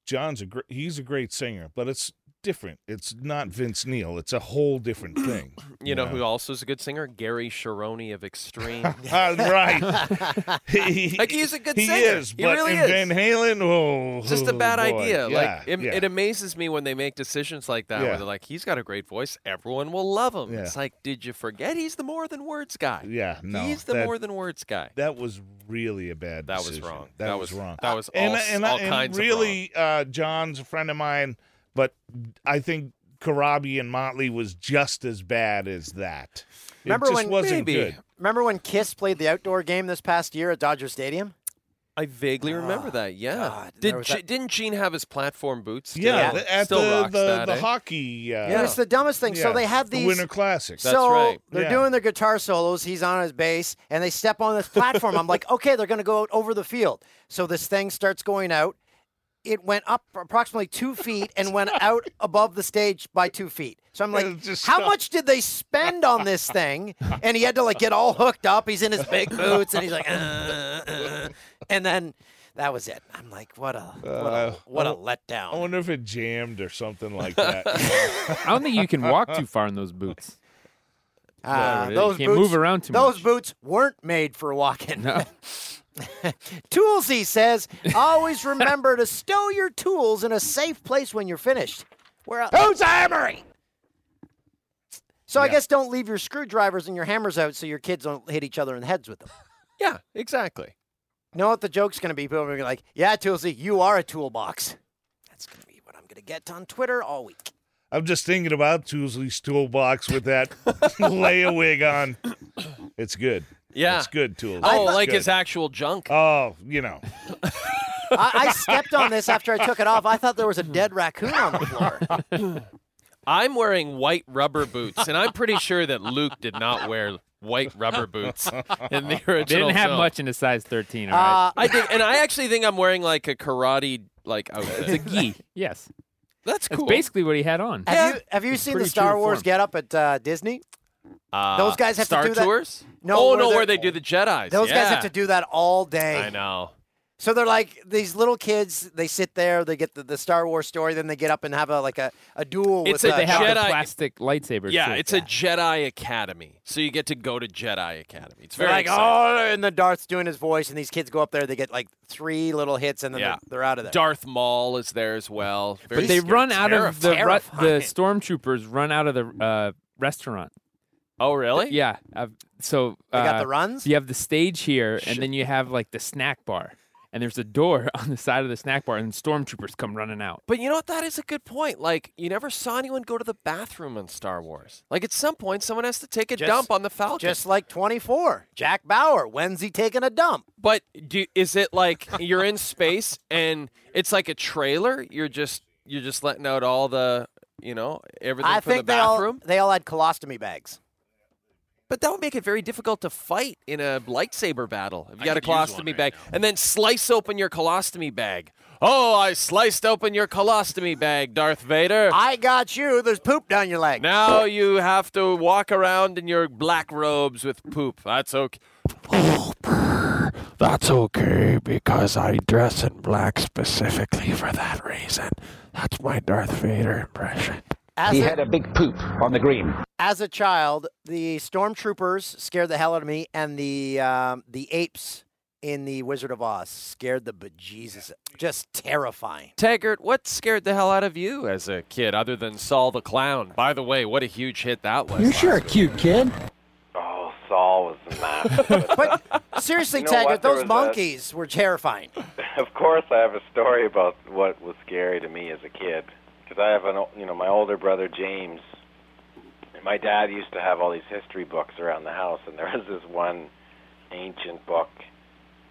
Speaker 2: John's a gr- he's a great singer, but it's different. It's not Vince Neil. It's a whole different thing.
Speaker 4: *coughs* You know who also is a good singer? Gary Sharoni of
Speaker 2: *laughs*
Speaker 4: Extreme.
Speaker 2: Ah, right.
Speaker 4: *laughs*
Speaker 2: He-
Speaker 4: like he's a good
Speaker 2: he
Speaker 4: singer.
Speaker 2: is,
Speaker 4: he
Speaker 2: but
Speaker 4: really
Speaker 2: in
Speaker 4: is.
Speaker 2: Van Halen, oh,
Speaker 4: It's just a bad
Speaker 2: boy.
Speaker 4: idea.
Speaker 2: Yeah,
Speaker 4: like it,
Speaker 2: yeah.
Speaker 4: it amazes me when they make decisions like that,
Speaker 2: Yeah.
Speaker 4: where they're like, "He's got a great voice. Everyone will love him."
Speaker 2: Yeah.
Speaker 4: It's like, did you forget he's the more than words guy?
Speaker 2: Yeah, no,
Speaker 4: he's the
Speaker 2: that-
Speaker 4: more than words guy.
Speaker 2: That was really a bad.
Speaker 4: That was
Speaker 2: decision.
Speaker 4: wrong.
Speaker 2: That,
Speaker 4: That
Speaker 2: was,
Speaker 4: was-
Speaker 2: wrong.
Speaker 4: that was all
Speaker 2: and,
Speaker 4: s-
Speaker 2: and,
Speaker 4: all
Speaker 2: and
Speaker 4: kinds of
Speaker 2: really, uh, John's a friend of mine, but I think Karabi and Motley was just as bad as that. It
Speaker 5: Remember
Speaker 2: just
Speaker 5: when-
Speaker 2: wasn't
Speaker 4: maybe.
Speaker 2: good.
Speaker 5: Remember when Kiss played the outdoor game this past year at Dodger Stadium?
Speaker 4: I vaguely remember
Speaker 5: Ah,
Speaker 4: that. Yeah.
Speaker 5: God, there
Speaker 4: Did
Speaker 5: was
Speaker 4: Ge-
Speaker 5: that-
Speaker 4: didn't Gene have his platform boots? Still?
Speaker 2: Yeah,
Speaker 5: Yeah.
Speaker 2: the- at
Speaker 4: Still
Speaker 2: the
Speaker 4: rocks
Speaker 2: the,
Speaker 4: that,
Speaker 2: the
Speaker 4: eh?
Speaker 2: hockey. Uh,
Speaker 5: It was the dumbest thing. So
Speaker 2: yeah,
Speaker 5: they have
Speaker 2: the
Speaker 5: these.
Speaker 2: Winter Classics.
Speaker 4: That's
Speaker 5: so
Speaker 4: right.
Speaker 5: they're
Speaker 2: Yeah.
Speaker 5: doing their guitar solos. He's on his bass, and they step on this platform. I'm like, okay, they're going to go out over the field. So this thing starts going out. It went up approximately two feet and went
Speaker 2: *laughs*
Speaker 5: out above the stage by two feet. So I'm
Speaker 2: It
Speaker 5: like,
Speaker 2: just
Speaker 5: how
Speaker 2: stopped.
Speaker 5: much did they spend on
Speaker 2: *laughs*
Speaker 5: this thing? And he had to like get all hooked up. He's in his big boots, and he's like, uh, uh, and then that was it. I'm like, what a what a,
Speaker 2: Uh,
Speaker 5: what
Speaker 2: I
Speaker 5: a
Speaker 2: wo-
Speaker 5: letdown.
Speaker 2: I wonder if it jammed or something like that.
Speaker 4: *laughs*
Speaker 8: I don't think you can walk too far in those boots.
Speaker 5: Uh,
Speaker 8: You
Speaker 5: those
Speaker 8: can't
Speaker 5: boots,
Speaker 8: move around too
Speaker 5: those
Speaker 8: much.
Speaker 5: boots weren't made for walking.
Speaker 8: No.
Speaker 5: *laughs* Toolsy says, always remember to stow your tools in a safe place when you're finished. Where Who's hammering? So I guess don't leave your screwdrivers and your hammers out so your kids don't hit each other in the heads with them.
Speaker 4: Yeah, exactly.
Speaker 5: You know what the joke's going to be? People are going to be like, yeah, Toolsy, you are a toolbox. That's going to be what I'm going to get on Twitter all week.
Speaker 2: I'm just thinking about Tuesley's toolbox with that
Speaker 4: *laughs*
Speaker 2: layer wig on. It's good.
Speaker 4: Yeah.
Speaker 2: It's good, Toolsley.
Speaker 4: Oh,
Speaker 2: It's
Speaker 4: like
Speaker 2: good.
Speaker 4: his actual junk.
Speaker 2: Oh, you know.
Speaker 5: I, I stepped on this after I took it off. I thought there was a dead raccoon on the
Speaker 8: *laughs*
Speaker 5: floor.
Speaker 4: I'm wearing white rubber boots, and I'm pretty sure that Luke did not wear white rubber boots in the original.
Speaker 8: They didn't have
Speaker 4: film.
Speaker 8: much in a size 13, all right?
Speaker 5: Uh,
Speaker 4: I think, and I actually think I'm wearing like a karate like outfit.
Speaker 8: it's a gi. Yes.
Speaker 4: That's
Speaker 8: That's
Speaker 4: cool.
Speaker 8: basically what he had on.
Speaker 5: Have
Speaker 4: Yeah.
Speaker 5: you have you
Speaker 8: It's
Speaker 5: seen the
Speaker 8: pretty
Speaker 5: Star
Speaker 8: true
Speaker 5: Wars
Speaker 8: form.
Speaker 5: get up at uh, Disney?
Speaker 4: Uh,
Speaker 5: Those guys have to
Speaker 4: Star
Speaker 5: do that-
Speaker 4: Tours?
Speaker 5: No,
Speaker 4: oh
Speaker 5: where
Speaker 4: no,
Speaker 5: they're-
Speaker 4: where they do the Jedi's.
Speaker 5: Those guys have
Speaker 4: Yeah.
Speaker 5: to do that all day.
Speaker 4: I know.
Speaker 5: So they're like these little kids. They sit there. They get the, the Star Wars story. Then they get up and have a like a, a duel
Speaker 4: It's
Speaker 5: with
Speaker 4: a
Speaker 5: uh,
Speaker 8: They have the
Speaker 4: Jedi-
Speaker 8: plastic lightsabers.
Speaker 4: Yeah,
Speaker 8: too.
Speaker 4: it's a Jedi Academy, so you get to go to Jedi Academy. It's
Speaker 5: They're
Speaker 4: very
Speaker 5: like
Speaker 4: exciting.
Speaker 5: oh, and the Darth's doing his voice, and these kids go up there. They get like three little hits, and then
Speaker 4: Yeah.
Speaker 5: they're, they're out of there.
Speaker 4: Darth Maul is there as well. Very
Speaker 8: But they
Speaker 4: scary.
Speaker 8: run out of the ru- the
Speaker 5: terrifying.
Speaker 8: stormtroopers run out of the uh, restaurant.
Speaker 4: Oh really?
Speaker 8: Yeah. I've, so
Speaker 5: they got
Speaker 8: uh,
Speaker 5: the runs.
Speaker 8: So you have the stage here, and then you have like the snack bar, and there's a door *laughs* on the side of the snack bar, and stormtroopers come running out.
Speaker 4: But you know what? That is a good point. Like, you never saw anyone go to the bathroom in Star Wars. Like, at some point, someone has to take a
Speaker 5: Just-
Speaker 4: dump on the Falcon.
Speaker 5: Just like 24, Jack Bauer. When's he taking a dump?
Speaker 4: but do, is it like you're in space and it's like a trailer? You're just you're just letting out all the you know everything
Speaker 5: I
Speaker 4: from
Speaker 5: think
Speaker 4: the
Speaker 5: they all
Speaker 4: bathroom.
Speaker 5: they all had colostomy bags.
Speaker 4: But that would make it very difficult to fight in a lightsaber battle. If you
Speaker 11: I
Speaker 4: got a
Speaker 11: could use one
Speaker 4: colostomy
Speaker 11: right
Speaker 4: bag,
Speaker 11: now.
Speaker 4: and then slice open your colostomy bag. Oh, I sliced open your colostomy bag, Darth Vader.
Speaker 5: I got you. There's poop down your leg.
Speaker 4: Now you have to walk around in your black robes with poop. That's okay.
Speaker 7: That's okay because I dress in black specifically for that reason. That's my Darth Vader impression.
Speaker 5: As a-
Speaker 12: big poop on the green.
Speaker 5: as a child, the stormtroopers scared the hell out of me, and the um, the apes in the Wizard of Oz scared the bejesus.
Speaker 13: *laughs*
Speaker 5: Just terrifying.
Speaker 4: Taggart, what scared the hell out of you as a kid other than Saul the Clown? By the way, what a huge hit that was. last week.
Speaker 12: cute kid.
Speaker 13: Oh, Saul was the
Speaker 9: *laughs*
Speaker 13: master.
Speaker 5: But seriously,
Speaker 13: You know
Speaker 5: Taggart,
Speaker 13: what? There
Speaker 5: those
Speaker 13: was a-
Speaker 5: monkeys were terrifying.
Speaker 13: of course, I have a story about what was scary to me as a kid, because I have an, o- you know, my older brother James. and My dad used to have all these history books around the house, and there was this one ancient book,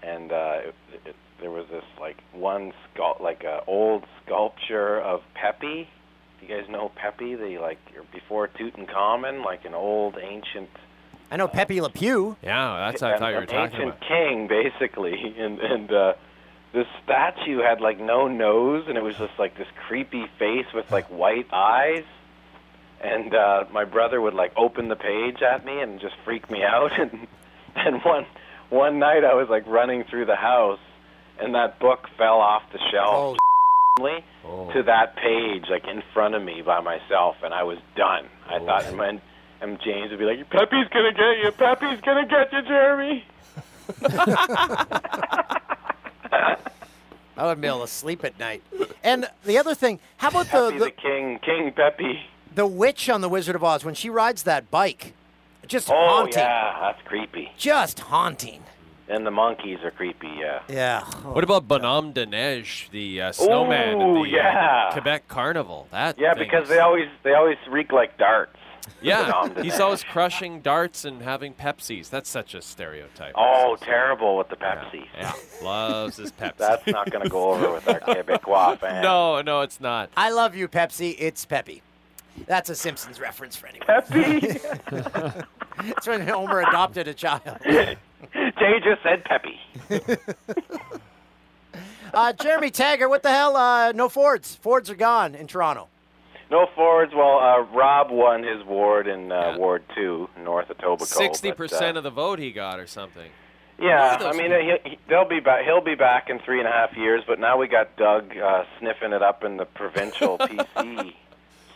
Speaker 13: and uh, it, it, there was this like one sculpt, like a old sculpture of Pepe. Do you guys know Pepe? The like before Tutankhamun, like an old ancient
Speaker 5: I know Pepe Le Pew.
Speaker 4: Yeah, Oh, that's what I
Speaker 13: an-
Speaker 4: thought you were
Speaker 13: an
Speaker 4: talking
Speaker 13: ancient
Speaker 4: about.
Speaker 13: king, basically, *laughs* and and uh, this statue had like no nose, and it was just like this creepy face with like white eyes. And uh, my brother would like open the page at me and just freak me out. *laughs* And and one one night I was like running through the house, and that book fell off the shelf.
Speaker 5: Oh,
Speaker 13: to that page, like in front of me by myself, and I was done. I thought, and, when, and James would be like, Peppy's gonna get you, Peppy's gonna get you, Jeremy.
Speaker 5: I wouldn't be able to sleep at night. And the other thing, how about the
Speaker 13: Peppy the, king, King Peppy.
Speaker 5: the witch on the Wizard of Oz when she rides that bike? Just
Speaker 13: oh
Speaker 5: haunting.
Speaker 13: yeah, that's creepy.
Speaker 5: Just haunting.
Speaker 13: And the monkeys are creepy, yeah.
Speaker 5: Yeah.
Speaker 4: What about Bonhomme de Neige, the uh, snowman at
Speaker 13: Ooh,
Speaker 4: the uh,
Speaker 13: yeah.
Speaker 4: Quebec Carnival? That
Speaker 13: Yeah,
Speaker 4: thing
Speaker 13: because
Speaker 4: is-
Speaker 13: they always they always reek like
Speaker 4: *laughs*
Speaker 13: darts. Bonhomme
Speaker 4: yeah,
Speaker 13: de
Speaker 4: he's
Speaker 13: Neige.
Speaker 4: always crushing darts and having Pepsis. That's such a stereotype.
Speaker 13: Oh, terrible with the Pepsi.
Speaker 4: Yeah,
Speaker 13: *laughs*
Speaker 4: loves his Pepsi.
Speaker 13: That's
Speaker 4: *laughs*
Speaker 13: not going to go over with our Quebecois fans.
Speaker 4: No, no, it's not.
Speaker 5: I love you, Pepsi. It's Peppy. That's a Simpsons reference for anyone. *laughs*
Speaker 13: Peppy.
Speaker 5: That's when Homer adopted a child.
Speaker 13: Jay just said Peppy.
Speaker 5: Uh, Jeremy Tagger, what the hell? Uh, no Fords. Fords are gone in Toronto.
Speaker 13: No forwards. Well, uh, Rob won his ward in uh, Ward Two, north of Tobago.
Speaker 4: Sixty percent
Speaker 13: but, uh,
Speaker 4: of the vote he got, or something.
Speaker 13: Yeah,
Speaker 4: Who are
Speaker 13: I
Speaker 4: those
Speaker 13: mean,
Speaker 4: people?
Speaker 13: he, he, they'll be back. He'll be back in three and a half years. But now we got Doug uh, sniffing it up in the
Speaker 4: *laughs*
Speaker 13: provincial PC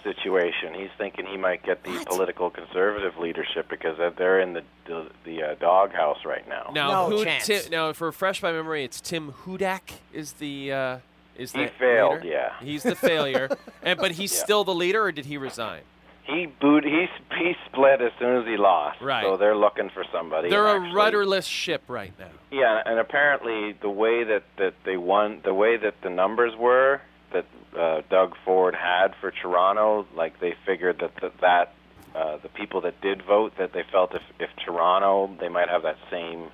Speaker 13: situation. He's thinking he might get the political conservative leadership because they're- they're in the the, the uh, doghouse right now.
Speaker 4: Now
Speaker 5: No
Speaker 4: who?
Speaker 5: chance.
Speaker 4: Ti- now, if refresh my memory, it's Tim Hudak is the uh, is
Speaker 13: He
Speaker 4: the
Speaker 13: failed,
Speaker 4: leader?
Speaker 13: yeah.
Speaker 4: He's the
Speaker 13: *laughs*
Speaker 4: failure, and but he's still the leader, or did he resign?
Speaker 13: He boot. He he split as soon as he lost.
Speaker 4: Right.
Speaker 13: So they're looking for somebody.
Speaker 4: They're
Speaker 13: and
Speaker 4: a
Speaker 13: actually-
Speaker 4: rudderless ship right now.
Speaker 13: Yeah, and apparently the way that that they won, the way that the numbers were that uh, Doug Ford had for Toronto, like they figured that that, that uh, the people that did vote, that they felt if if Toronto, they might have that same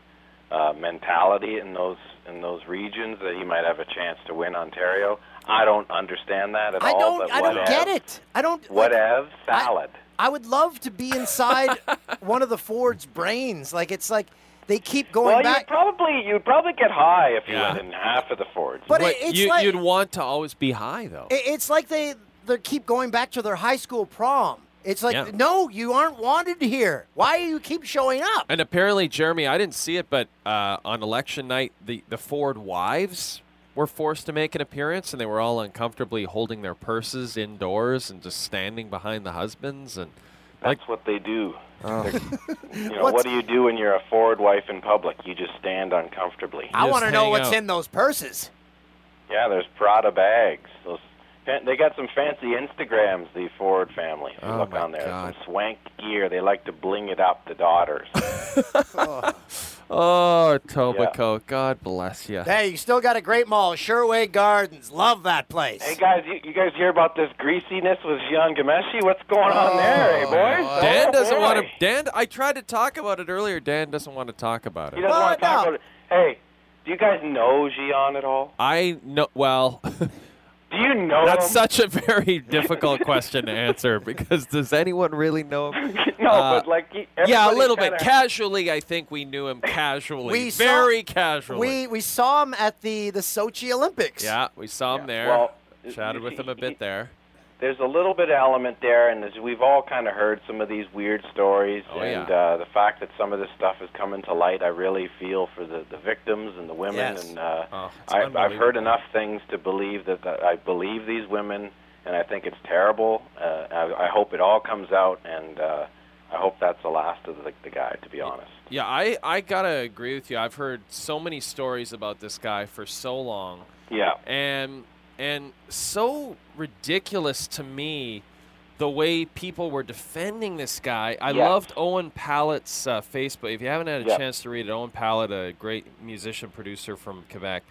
Speaker 13: uh, mentality in those in those regions that he might have a chance to win Ontario. I don't understand that at
Speaker 5: I
Speaker 13: all.
Speaker 5: don't.
Speaker 13: Oh, but
Speaker 5: I don't get it. I don't. like,
Speaker 13: Whatever salad.
Speaker 5: I would love to be inside one of the Ford's brains. Like it's like they keep going
Speaker 13: well,
Speaker 5: back.
Speaker 13: you'd probably you'd probably get high if you
Speaker 4: Yeah.
Speaker 13: went in half of the Fords.
Speaker 5: But
Speaker 4: What-
Speaker 5: it- it's
Speaker 4: you,
Speaker 5: like
Speaker 4: you'd want to always be high, though.
Speaker 5: it- it's like they they keep going back to their high school prom. It's like
Speaker 4: Yeah.
Speaker 5: no, you aren't wanted here. Why do you keep showing up?
Speaker 4: And apparently, Jeremy, I didn't see it, but uh, on election night, the, the Ford wives were forced to make an appearance, and they were all uncomfortably holding their purses indoors and just standing behind the husbands. And
Speaker 13: That's
Speaker 4: Like-
Speaker 13: what they do.
Speaker 4: Oh. *laughs*
Speaker 13: They're- You know,
Speaker 5: What's-
Speaker 13: what do you do when you're a forward wife in public? You just stand uncomfortably.
Speaker 5: I
Speaker 4: Just
Speaker 5: want to know
Speaker 4: hang
Speaker 5: what's
Speaker 4: out.
Speaker 5: in those purses.
Speaker 13: Yeah, there's Prada bags. Those fan- they got some fancy Instagrams. The Ford family. If you
Speaker 4: Oh,
Speaker 13: look
Speaker 4: my
Speaker 13: on there,
Speaker 4: God.
Speaker 13: some swank gear. They like to bling it up. The
Speaker 4: *laughs*
Speaker 13: daughters.
Speaker 4: oh, Tobaco, God bless you.
Speaker 5: Hey, you still got a great mall, Sherway Gardens. Love that place.
Speaker 13: hey guys, you, you guys hear about this greasiness with Gian Gameshi? What's going on there, hey boys?
Speaker 4: Dan
Speaker 13: Oh,
Speaker 4: doesn't want to.
Speaker 13: boy.
Speaker 4: Dan, I tried to talk about it earlier. Dan doesn't want to talk about
Speaker 13: He
Speaker 4: it.
Speaker 13: doesn't
Speaker 5: Well,
Speaker 13: want to talk
Speaker 5: no.
Speaker 13: about it. Hey, do you guys know Gian at all?
Speaker 4: I know. Well, *laughs*
Speaker 13: Do you know
Speaker 4: that's
Speaker 13: him?
Speaker 4: such a very *laughs* difficult question to answer because does anyone really know? him?
Speaker 13: *laughs* no,
Speaker 4: uh,
Speaker 13: but like he,
Speaker 4: yeah, a
Speaker 13: everybody
Speaker 4: little bit.
Speaker 13: kinda-
Speaker 4: Casually, I think we knew him casually.
Speaker 5: We saw-
Speaker 4: very casually.
Speaker 5: We we saw him at the the Sochi Olympics.
Speaker 4: Yeah, we saw him there.
Speaker 13: Well,
Speaker 4: Chatted with him a bit there.
Speaker 13: there's a little bit of element there, and as we've all kind of heard some of these weird stories,
Speaker 4: Oh,
Speaker 13: and
Speaker 4: yeah.
Speaker 13: uh, the fact that some of this stuff is coming to light, I really feel for the, the victims and the women,
Speaker 5: Yes.
Speaker 13: and uh,
Speaker 4: Oh, it's
Speaker 13: I, I've heard
Speaker 4: unbelievable.
Speaker 13: enough things to believe that, that I believe these women, and I think it's terrible. Uh, I, I hope it all comes out, and uh, I hope that's the last of the, the guy, to be honest.
Speaker 4: Yeah, I, I gotta agree with you. I've heard so many stories about this guy for so long,
Speaker 13: Yeah.
Speaker 4: and and so ridiculous to me the way people were defending this guy. I
Speaker 13: Yeah.
Speaker 4: loved Owen Pallett's uh, Facebook. If you haven't had a
Speaker 13: Yeah.
Speaker 4: chance to read it, Owen Pallett, a great musician producer from Quebec,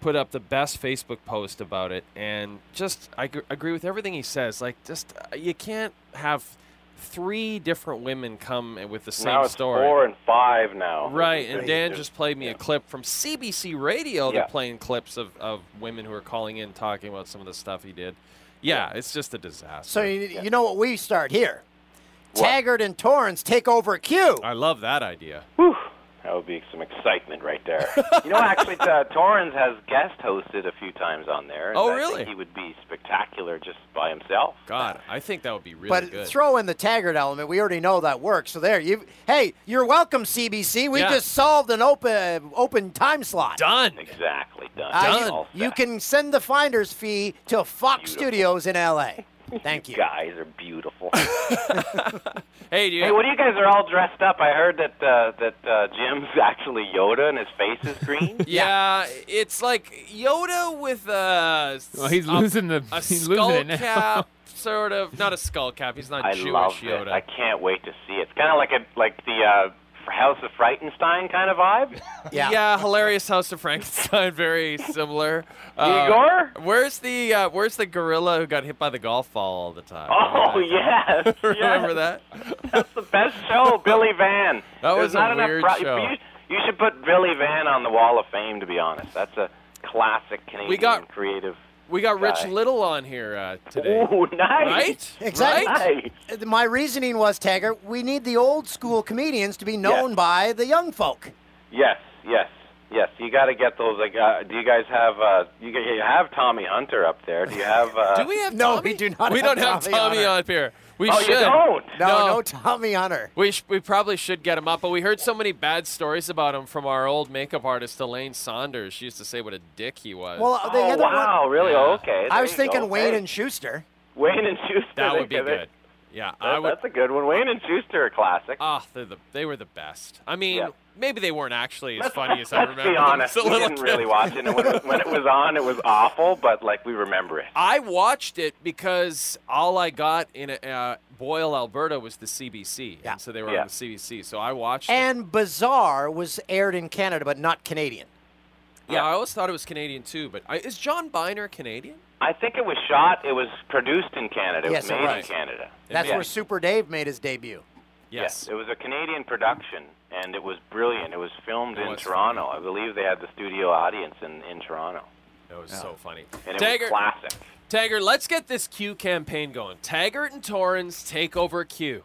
Speaker 4: put up the best Facebook post about it, and just I gr- agree with everything he says. Like, just uh, you can't have three different women come and- with the same
Speaker 13: now it's
Speaker 4: story.
Speaker 13: four and five now.
Speaker 4: Right,
Speaker 13: There's-
Speaker 4: and Dan
Speaker 13: there's-
Speaker 4: just played me a
Speaker 13: yeah.
Speaker 4: clip from CBC Radio. They're
Speaker 13: Yeah.
Speaker 4: playing clips of, of women who are calling in talking about some of the stuff he did. Yeah, it's just a disaster.
Speaker 5: So you, you know what we start here.
Speaker 13: What?
Speaker 5: Taggart and Torrance take over Q.
Speaker 4: I love
Speaker 13: *laughs*
Speaker 4: that idea.
Speaker 13: Whew, that would be some excitement right
Speaker 4: *laughs*
Speaker 13: there. you know, actually, uh, Torrens has guest hosted a few times on there. and
Speaker 4: Oh,
Speaker 13: I think
Speaker 4: really?
Speaker 13: he would be spectacular just by himself.
Speaker 4: God, I think that would be really
Speaker 5: but
Speaker 4: good.
Speaker 5: throw in the Taggart element. We already know that works. So there you. Hey, you're welcome, CBC. We
Speaker 4: Yeah.
Speaker 5: just solved an uh, open open time slot.
Speaker 4: Done.
Speaker 13: Exactly. Done.
Speaker 5: I-
Speaker 13: All
Speaker 5: You can send the finder's fee to Fox Studios in L.A.
Speaker 13: *laughs*
Speaker 5: Thank you.
Speaker 13: guys are
Speaker 4: *laughs*
Speaker 13: beautiful.
Speaker 4: hey, dude.
Speaker 13: Hey, what do you guys are all dressed up? I heard that uh, that uh, Jim's *laughs* actually Yoda and his face is green.
Speaker 4: *laughs* Yeah, it's like Yoda with a. s-
Speaker 8: Well, he's
Speaker 4: a-
Speaker 8: losing the- *laughs*
Speaker 4: a
Speaker 8: he's
Speaker 4: skull
Speaker 8: losing it now. *laughs*
Speaker 4: cap, sort of. Not a skull cap. He's not
Speaker 13: I
Speaker 4: Jewish
Speaker 13: love
Speaker 4: Yoda.
Speaker 13: it. I can't wait to see it. It's kind of like a like the uh, House of Frightenstein kind of
Speaker 4: *laughs*
Speaker 13: vibe.
Speaker 4: Yeah. hilarious House of Frankenstein, *laughs* very similar. Um,
Speaker 13: Igor?
Speaker 4: where's the uh, where's the gorilla who got hit by the golf ball all the time?
Speaker 13: Oh *laughs*
Speaker 4: Remember
Speaker 13: yes,
Speaker 4: that? *laughs* remember
Speaker 13: yes.
Speaker 4: that?
Speaker 13: That's the best show, Billy Van.
Speaker 4: *laughs* That
Speaker 13: There's
Speaker 4: was a
Speaker 13: not
Speaker 4: weird
Speaker 13: enough.
Speaker 4: show.
Speaker 13: You, you should put Billy Van on the Wall of Fame. To be honest, that's a classic Canadian
Speaker 4: got-
Speaker 13: creative.
Speaker 4: We got Rich
Speaker 13: Guy.
Speaker 4: Little on here uh, today.
Speaker 13: Ooh, *laughs* nice.
Speaker 4: Right?
Speaker 5: Exactly.
Speaker 4: Right?
Speaker 5: Uh, My reasoning was, Taggart, we need the old school comedians to be known by the young folk.
Speaker 13: Yes, yes, yes. You got to get those. Like, uh, do you guys have? Uh, you, g- you have Tommy Hunter up there. Do you have? Uh,
Speaker 4: Do we have
Speaker 5: No,
Speaker 4: Tommy?
Speaker 5: we do not
Speaker 4: We
Speaker 5: have
Speaker 4: don't have
Speaker 5: Tommy
Speaker 4: Tommy
Speaker 5: Hunter.
Speaker 4: on here. We
Speaker 13: Oh, you
Speaker 4: should.
Speaker 13: don't?
Speaker 5: No, no,
Speaker 4: No.
Speaker 5: Tommy Hunter.
Speaker 4: We, sh- we probably should get him up, but we heard so many bad stories about him from our old makeup artist Elaine Saunders. She used to say what a dick he was.
Speaker 5: Well, uh, the
Speaker 13: Oh
Speaker 5: other
Speaker 13: wow!
Speaker 5: one,
Speaker 13: Really?
Speaker 4: Yeah.
Speaker 13: Okay.
Speaker 5: I
Speaker 13: there
Speaker 5: was
Speaker 13: you
Speaker 5: thinking
Speaker 13: go.
Speaker 5: Wayne
Speaker 13: Hey,
Speaker 5: and Schuster.
Speaker 13: Wayne and Schuster.
Speaker 4: that
Speaker 13: they
Speaker 4: would be
Speaker 13: could-
Speaker 4: good. Yeah,
Speaker 13: That,
Speaker 4: I would.
Speaker 13: That's a good one. Wayne and Schuster are a classic.
Speaker 4: Ah, they're the, they were the best. I mean,
Speaker 13: Yeah.
Speaker 4: maybe they weren't actually as
Speaker 13: Let's-
Speaker 4: funny as I
Speaker 13: Let's
Speaker 4: remember. *laughs*
Speaker 13: be
Speaker 4: them as
Speaker 13: honest.
Speaker 4: a
Speaker 13: We
Speaker 4: little
Speaker 13: didn't really
Speaker 4: kid.
Speaker 13: watch it. And when, it- when it was on, it was awful. But like we remember it.
Speaker 4: I watched it because all I got in uh, Boyle, Alberta, was the CBC,
Speaker 5: Yeah.
Speaker 4: and so they were
Speaker 13: Yeah.
Speaker 4: on the CBC. So I watched. it.
Speaker 5: And Bizarre was aired in Canada, but not Canadian.
Speaker 4: Yeah, I always thought it was Canadian too. But I, is John Biner Canadian?
Speaker 13: I think it was shot. It was produced in Canada. It
Speaker 5: Yes,
Speaker 13: was made
Speaker 5: right.
Speaker 13: in Canada.
Speaker 5: That's
Speaker 13: Yeah.
Speaker 5: where Super Dave made his debut.
Speaker 13: Yes. It was a Canadian production, and it was brilliant. It was filmed
Speaker 4: It
Speaker 13: in
Speaker 4: was
Speaker 13: Toronto. I believe they had the studio audience in, in Toronto,
Speaker 4: That was so funny.
Speaker 13: and it
Speaker 4: Taggart,
Speaker 13: was classic.
Speaker 4: Taggart, let's get this Q campaign going. Taggart and Torrens take over Q.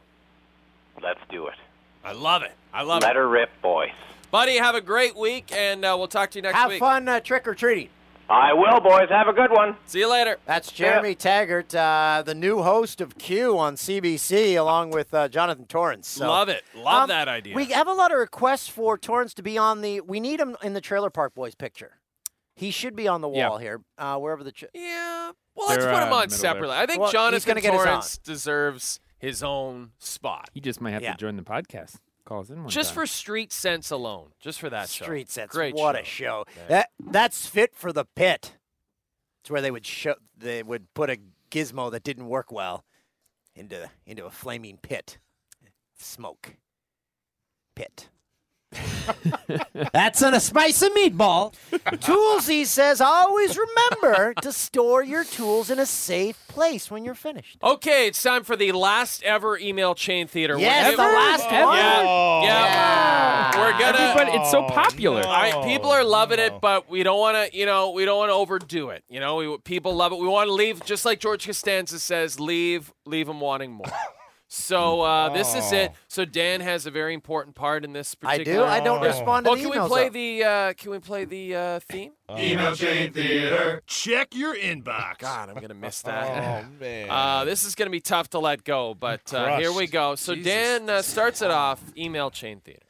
Speaker 13: Let's do it.
Speaker 4: I love it. I love
Speaker 13: Let
Speaker 4: it.
Speaker 13: her rip, boys.
Speaker 4: Buddy, have a great week, and uh, we'll talk to you next
Speaker 5: Have
Speaker 4: week.
Speaker 5: fun uh, trick or treating.
Speaker 13: I will, boys. Have a good one.
Speaker 4: See you later.
Speaker 5: That's Jeremy Taggart, uh, the new host of Q on CBC, along with uh, Jonathan Torrance. So,
Speaker 4: Love it. Love
Speaker 5: um,
Speaker 4: that idea.
Speaker 5: We have a lot of requests for Torrance to be on the. We need him in the Trailer Park Boys picture. He should be on the
Speaker 8: Yeah.
Speaker 5: wall here, uh, wherever the. Ch-
Speaker 4: Yeah. Well, let's
Speaker 8: They're,
Speaker 4: put
Speaker 8: uh,
Speaker 4: him on
Speaker 8: middle
Speaker 4: separately.
Speaker 8: there.
Speaker 4: I think
Speaker 5: Well, he's
Speaker 4: Jonathan
Speaker 5: gonna get his own.
Speaker 4: Torrance deserves his own spot.
Speaker 8: He just might have
Speaker 5: Yeah.
Speaker 8: to join the podcast. Calls in one
Speaker 4: Just
Speaker 8: time.
Speaker 4: for street sense alone. Just for that show.
Speaker 5: Street sets.
Speaker 4: Great
Speaker 5: what
Speaker 4: show.
Speaker 5: a show. That that's fit for the pit. It's where they would show they would put a gizmo that didn't work well into into a flaming pit. Smoke. Pit. that's on a spice and meatball. Toolsy says always remember to store your tools in a safe place when you're finished.
Speaker 4: Okay, it's time for the last ever email chain theater.
Speaker 5: Yes,
Speaker 4: We're-
Speaker 5: the last one.
Speaker 4: Yeah, yeah.
Speaker 5: Yeah.
Speaker 4: We're gonna.
Speaker 8: Everybody- it's so popular.
Speaker 2: Oh. no.
Speaker 4: I, people are loving
Speaker 2: no.
Speaker 4: it, but we don't want to, you know, we don't want to overdo it. You know, we, people love it. We want to leave, just like George Costanza says, leave, leave them wanting more. *laughs* So uh, this is
Speaker 2: Oh.
Speaker 4: it. So Dan has a very important part in this
Speaker 5: I
Speaker 4: particular.
Speaker 5: do. I don't
Speaker 2: Oh.
Speaker 5: respond to
Speaker 4: Oh,
Speaker 5: the
Speaker 4: can we
Speaker 5: emails,
Speaker 4: play
Speaker 5: though.
Speaker 4: the? Uh, can we play the uh, theme?
Speaker 2: Oh.
Speaker 7: Email chain theater. Check your inbox.
Speaker 4: God, I'm
Speaker 2: *laughs*
Speaker 4: gonna miss that.
Speaker 2: Oh man.
Speaker 4: Uh, this is going to be tough to let go, but uh, here we
Speaker 2: crushed.
Speaker 4: go. So Dan uh, starts it off email chain theater.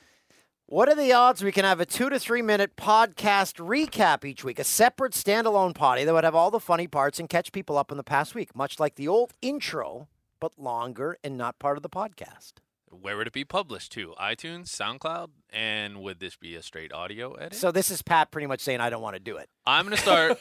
Speaker 5: What are the odds we can have a two to three minute podcast recap each week, a separate standalone potty that would have all the funny parts and catch people up in the past week, much like the old intro, but longer and not part of the podcast?
Speaker 11: Where would it be published to? iTunes, SoundCloud, and would this be a straight audio edit?
Speaker 5: So this is Pat pretty much saying I don't want to do it.
Speaker 11: I'm gonna
Speaker 4: *laughs*
Speaker 11: start.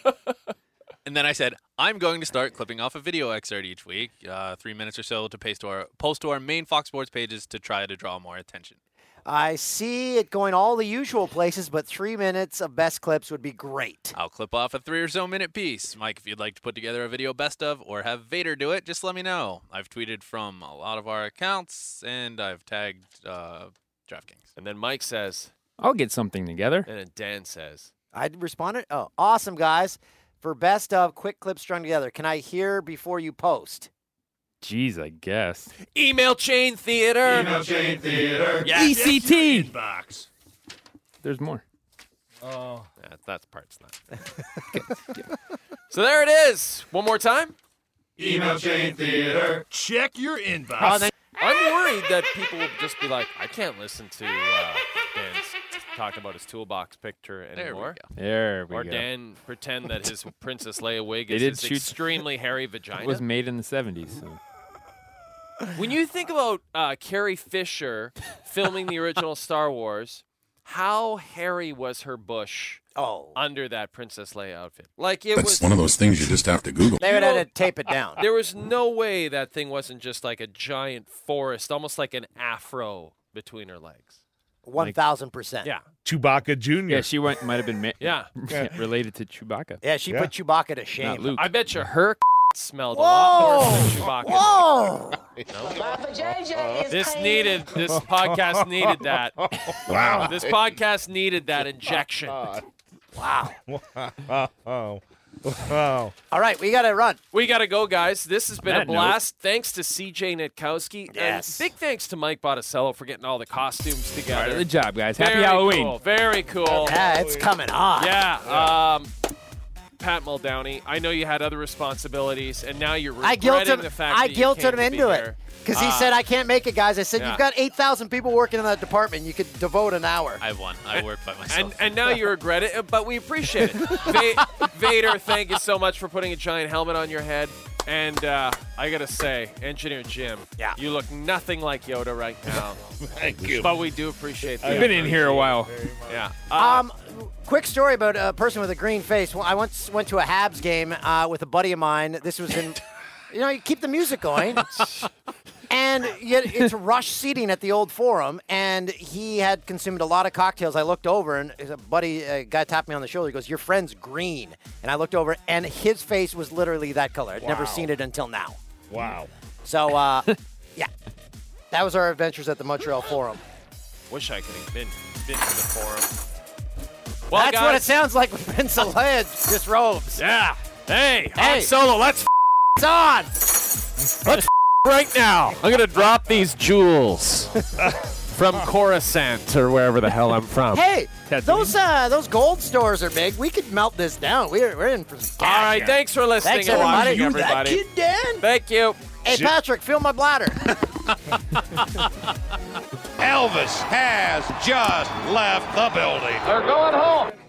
Speaker 11: and then I said, I'm going to start clipping off a video excerpt each week, uh, three minutes or so, to paste to our post to our main Fox Sports pages to try to draw more attention.
Speaker 5: I see it going all the usual places, but three minutes of best clips would be great.
Speaker 11: I'll clip off a three or so minute piece. Mike, if you'd like to put together a video best of or have Vader do it, just let me know. I've tweeted from a lot of our accounts and I've tagged uh, DraftKings.
Speaker 4: And then Mike says,
Speaker 8: I'll get something together.
Speaker 4: and then Dan says,
Speaker 5: I'd responded. Oh, awesome, guys. For best of quick clips strung together, can I hear before you post?
Speaker 8: Jeez, I guess.
Speaker 4: Email chain theater.
Speaker 7: chain theater.
Speaker 2: E
Speaker 8: ECT.
Speaker 7: Inbox.
Speaker 8: There's more.
Speaker 4: That, that part's not. so there it is. One more time.
Speaker 7: Email chain theater. Check your inbox.
Speaker 8: Oh,
Speaker 4: I'm worried that people will just be like, I can't listen to uh, Dan's talked about his toolbox picture
Speaker 11: There we
Speaker 4: anymore.
Speaker 8: go. There we
Speaker 4: or
Speaker 8: go.
Speaker 4: Dan pretend that
Speaker 11: *laughs*
Speaker 4: his Princess Leia wig
Speaker 8: They
Speaker 4: is
Speaker 8: did
Speaker 4: his
Speaker 8: shoot-
Speaker 4: extremely hairy vagina.
Speaker 8: *laughs* It was made in the 70s. So.
Speaker 4: when you think about uh, Carrie Fisher filming the original Star Wars, how hairy was her bush?
Speaker 5: Oh,
Speaker 4: under that Princess Leia outfit, like it was
Speaker 12: That's one of those things you just have to Google.
Speaker 5: They would
Speaker 4: You
Speaker 5: have
Speaker 4: know-
Speaker 5: to tape it
Speaker 4: *laughs*
Speaker 5: down.
Speaker 4: There was no way that thing wasn't just like a giant forest, almost like an afro between her legs.
Speaker 5: One thousand percent.
Speaker 4: Yeah.
Speaker 2: Chewbacca Jr.
Speaker 8: Yeah, she went, might have been ma-
Speaker 4: Yeah.
Speaker 8: related to Chewbacca.
Speaker 5: Yeah, she put Chewbacca to shame.
Speaker 8: Not Luke.
Speaker 4: I bet you her *laughs* smelled a lot worse than Chewbacca.
Speaker 5: Whoa!
Speaker 4: Papa JJ this needed this podcast needed that.
Speaker 2: Wow.
Speaker 4: This podcast needed that injection.
Speaker 5: Wow.
Speaker 2: Wow. Oh. *laughs* Wow.
Speaker 5: All right, we gotta run.
Speaker 4: We gotta go, guys. This has been
Speaker 2: On
Speaker 4: a
Speaker 2: that note-
Speaker 4: blast. Thanks to CJ Nitkowski. Yes. And big thanks to Mike Botticello for getting all the costumes together.
Speaker 8: Part of the job, guys. Happy
Speaker 4: Very
Speaker 8: Halloween.
Speaker 4: cool, Very cool.
Speaker 5: Yeah, it's coming on.
Speaker 4: Oh, Yeah. Um, Pat Muldowney, I know you had other responsibilities, and now you're
Speaker 5: I guilted
Speaker 4: regretting
Speaker 5: him.
Speaker 4: the fact
Speaker 5: I
Speaker 4: that you
Speaker 5: guilted
Speaker 4: came
Speaker 5: him
Speaker 4: to be
Speaker 5: into it
Speaker 4: here.
Speaker 5: because he
Speaker 4: Uh,
Speaker 5: said I can't make it, guys. I said
Speaker 4: yeah.
Speaker 5: you've got eight thousand people working in that department. You could devote an hour.
Speaker 11: I won. I worked by myself.
Speaker 4: Ah, And, and now you regret it, but we
Speaker 5: *laughs*
Speaker 4: appreciate it. Va- Vader, thank you so much for putting a giant helmet on your head. And uh, I gotta say, Engineer Jim, yeah. you look nothing like Yoda right
Speaker 5: *laughs*
Speaker 4: now.
Speaker 2: Thank you.
Speaker 4: But we do appreciate. the
Speaker 8: I've been in
Speaker 4: effort.
Speaker 8: here a while.
Speaker 4: Yeah. Uh,
Speaker 5: um, quick story about a person with a green face. Well, I once went to a Habs game uh, with a buddy of mine. This was in, you know, you keep the
Speaker 2: *laughs*
Speaker 5: music going. And yet it's rush seating at the old forum, and he had consumed a lot of cocktails. I looked over, and a buddy, a guy tapped me on the shoulder. He goes, "Your friend's green," and I looked over, and his face was literally that color. I'd never
Speaker 2: Wow.
Speaker 5: seen it until now.
Speaker 2: Wow. *laughs*
Speaker 5: So, uh, yeah, that was our adventures at the Montreal Forum.
Speaker 4: Wish I could have been, been to the forum. Well,
Speaker 5: That's what it
Speaker 4: guys-
Speaker 5: sounds like when Ben Soled disrobes.
Speaker 4: Yeah. Hey,
Speaker 5: Hey.
Speaker 4: Han Solo, let's
Speaker 5: It's on. *laughs*
Speaker 4: Let's right now. I'm gonna drop these jewels
Speaker 5: *laughs*
Speaker 4: from Coruscant or wherever the hell I'm from.
Speaker 5: Hey, those uh, those gold stores are big. We could melt this down. We're, we're in for some
Speaker 4: All
Speaker 5: cash
Speaker 4: right,
Speaker 5: here.
Speaker 4: thanks for listening
Speaker 5: Thanks,
Speaker 4: and
Speaker 5: everybody.
Speaker 4: watching,
Speaker 5: You that
Speaker 4: everybody.
Speaker 5: kid, Dan?
Speaker 4: Thank you.
Speaker 5: Hey, Patrick, fill my bladder.
Speaker 7: Elvis has just left the building.
Speaker 4: They're going home.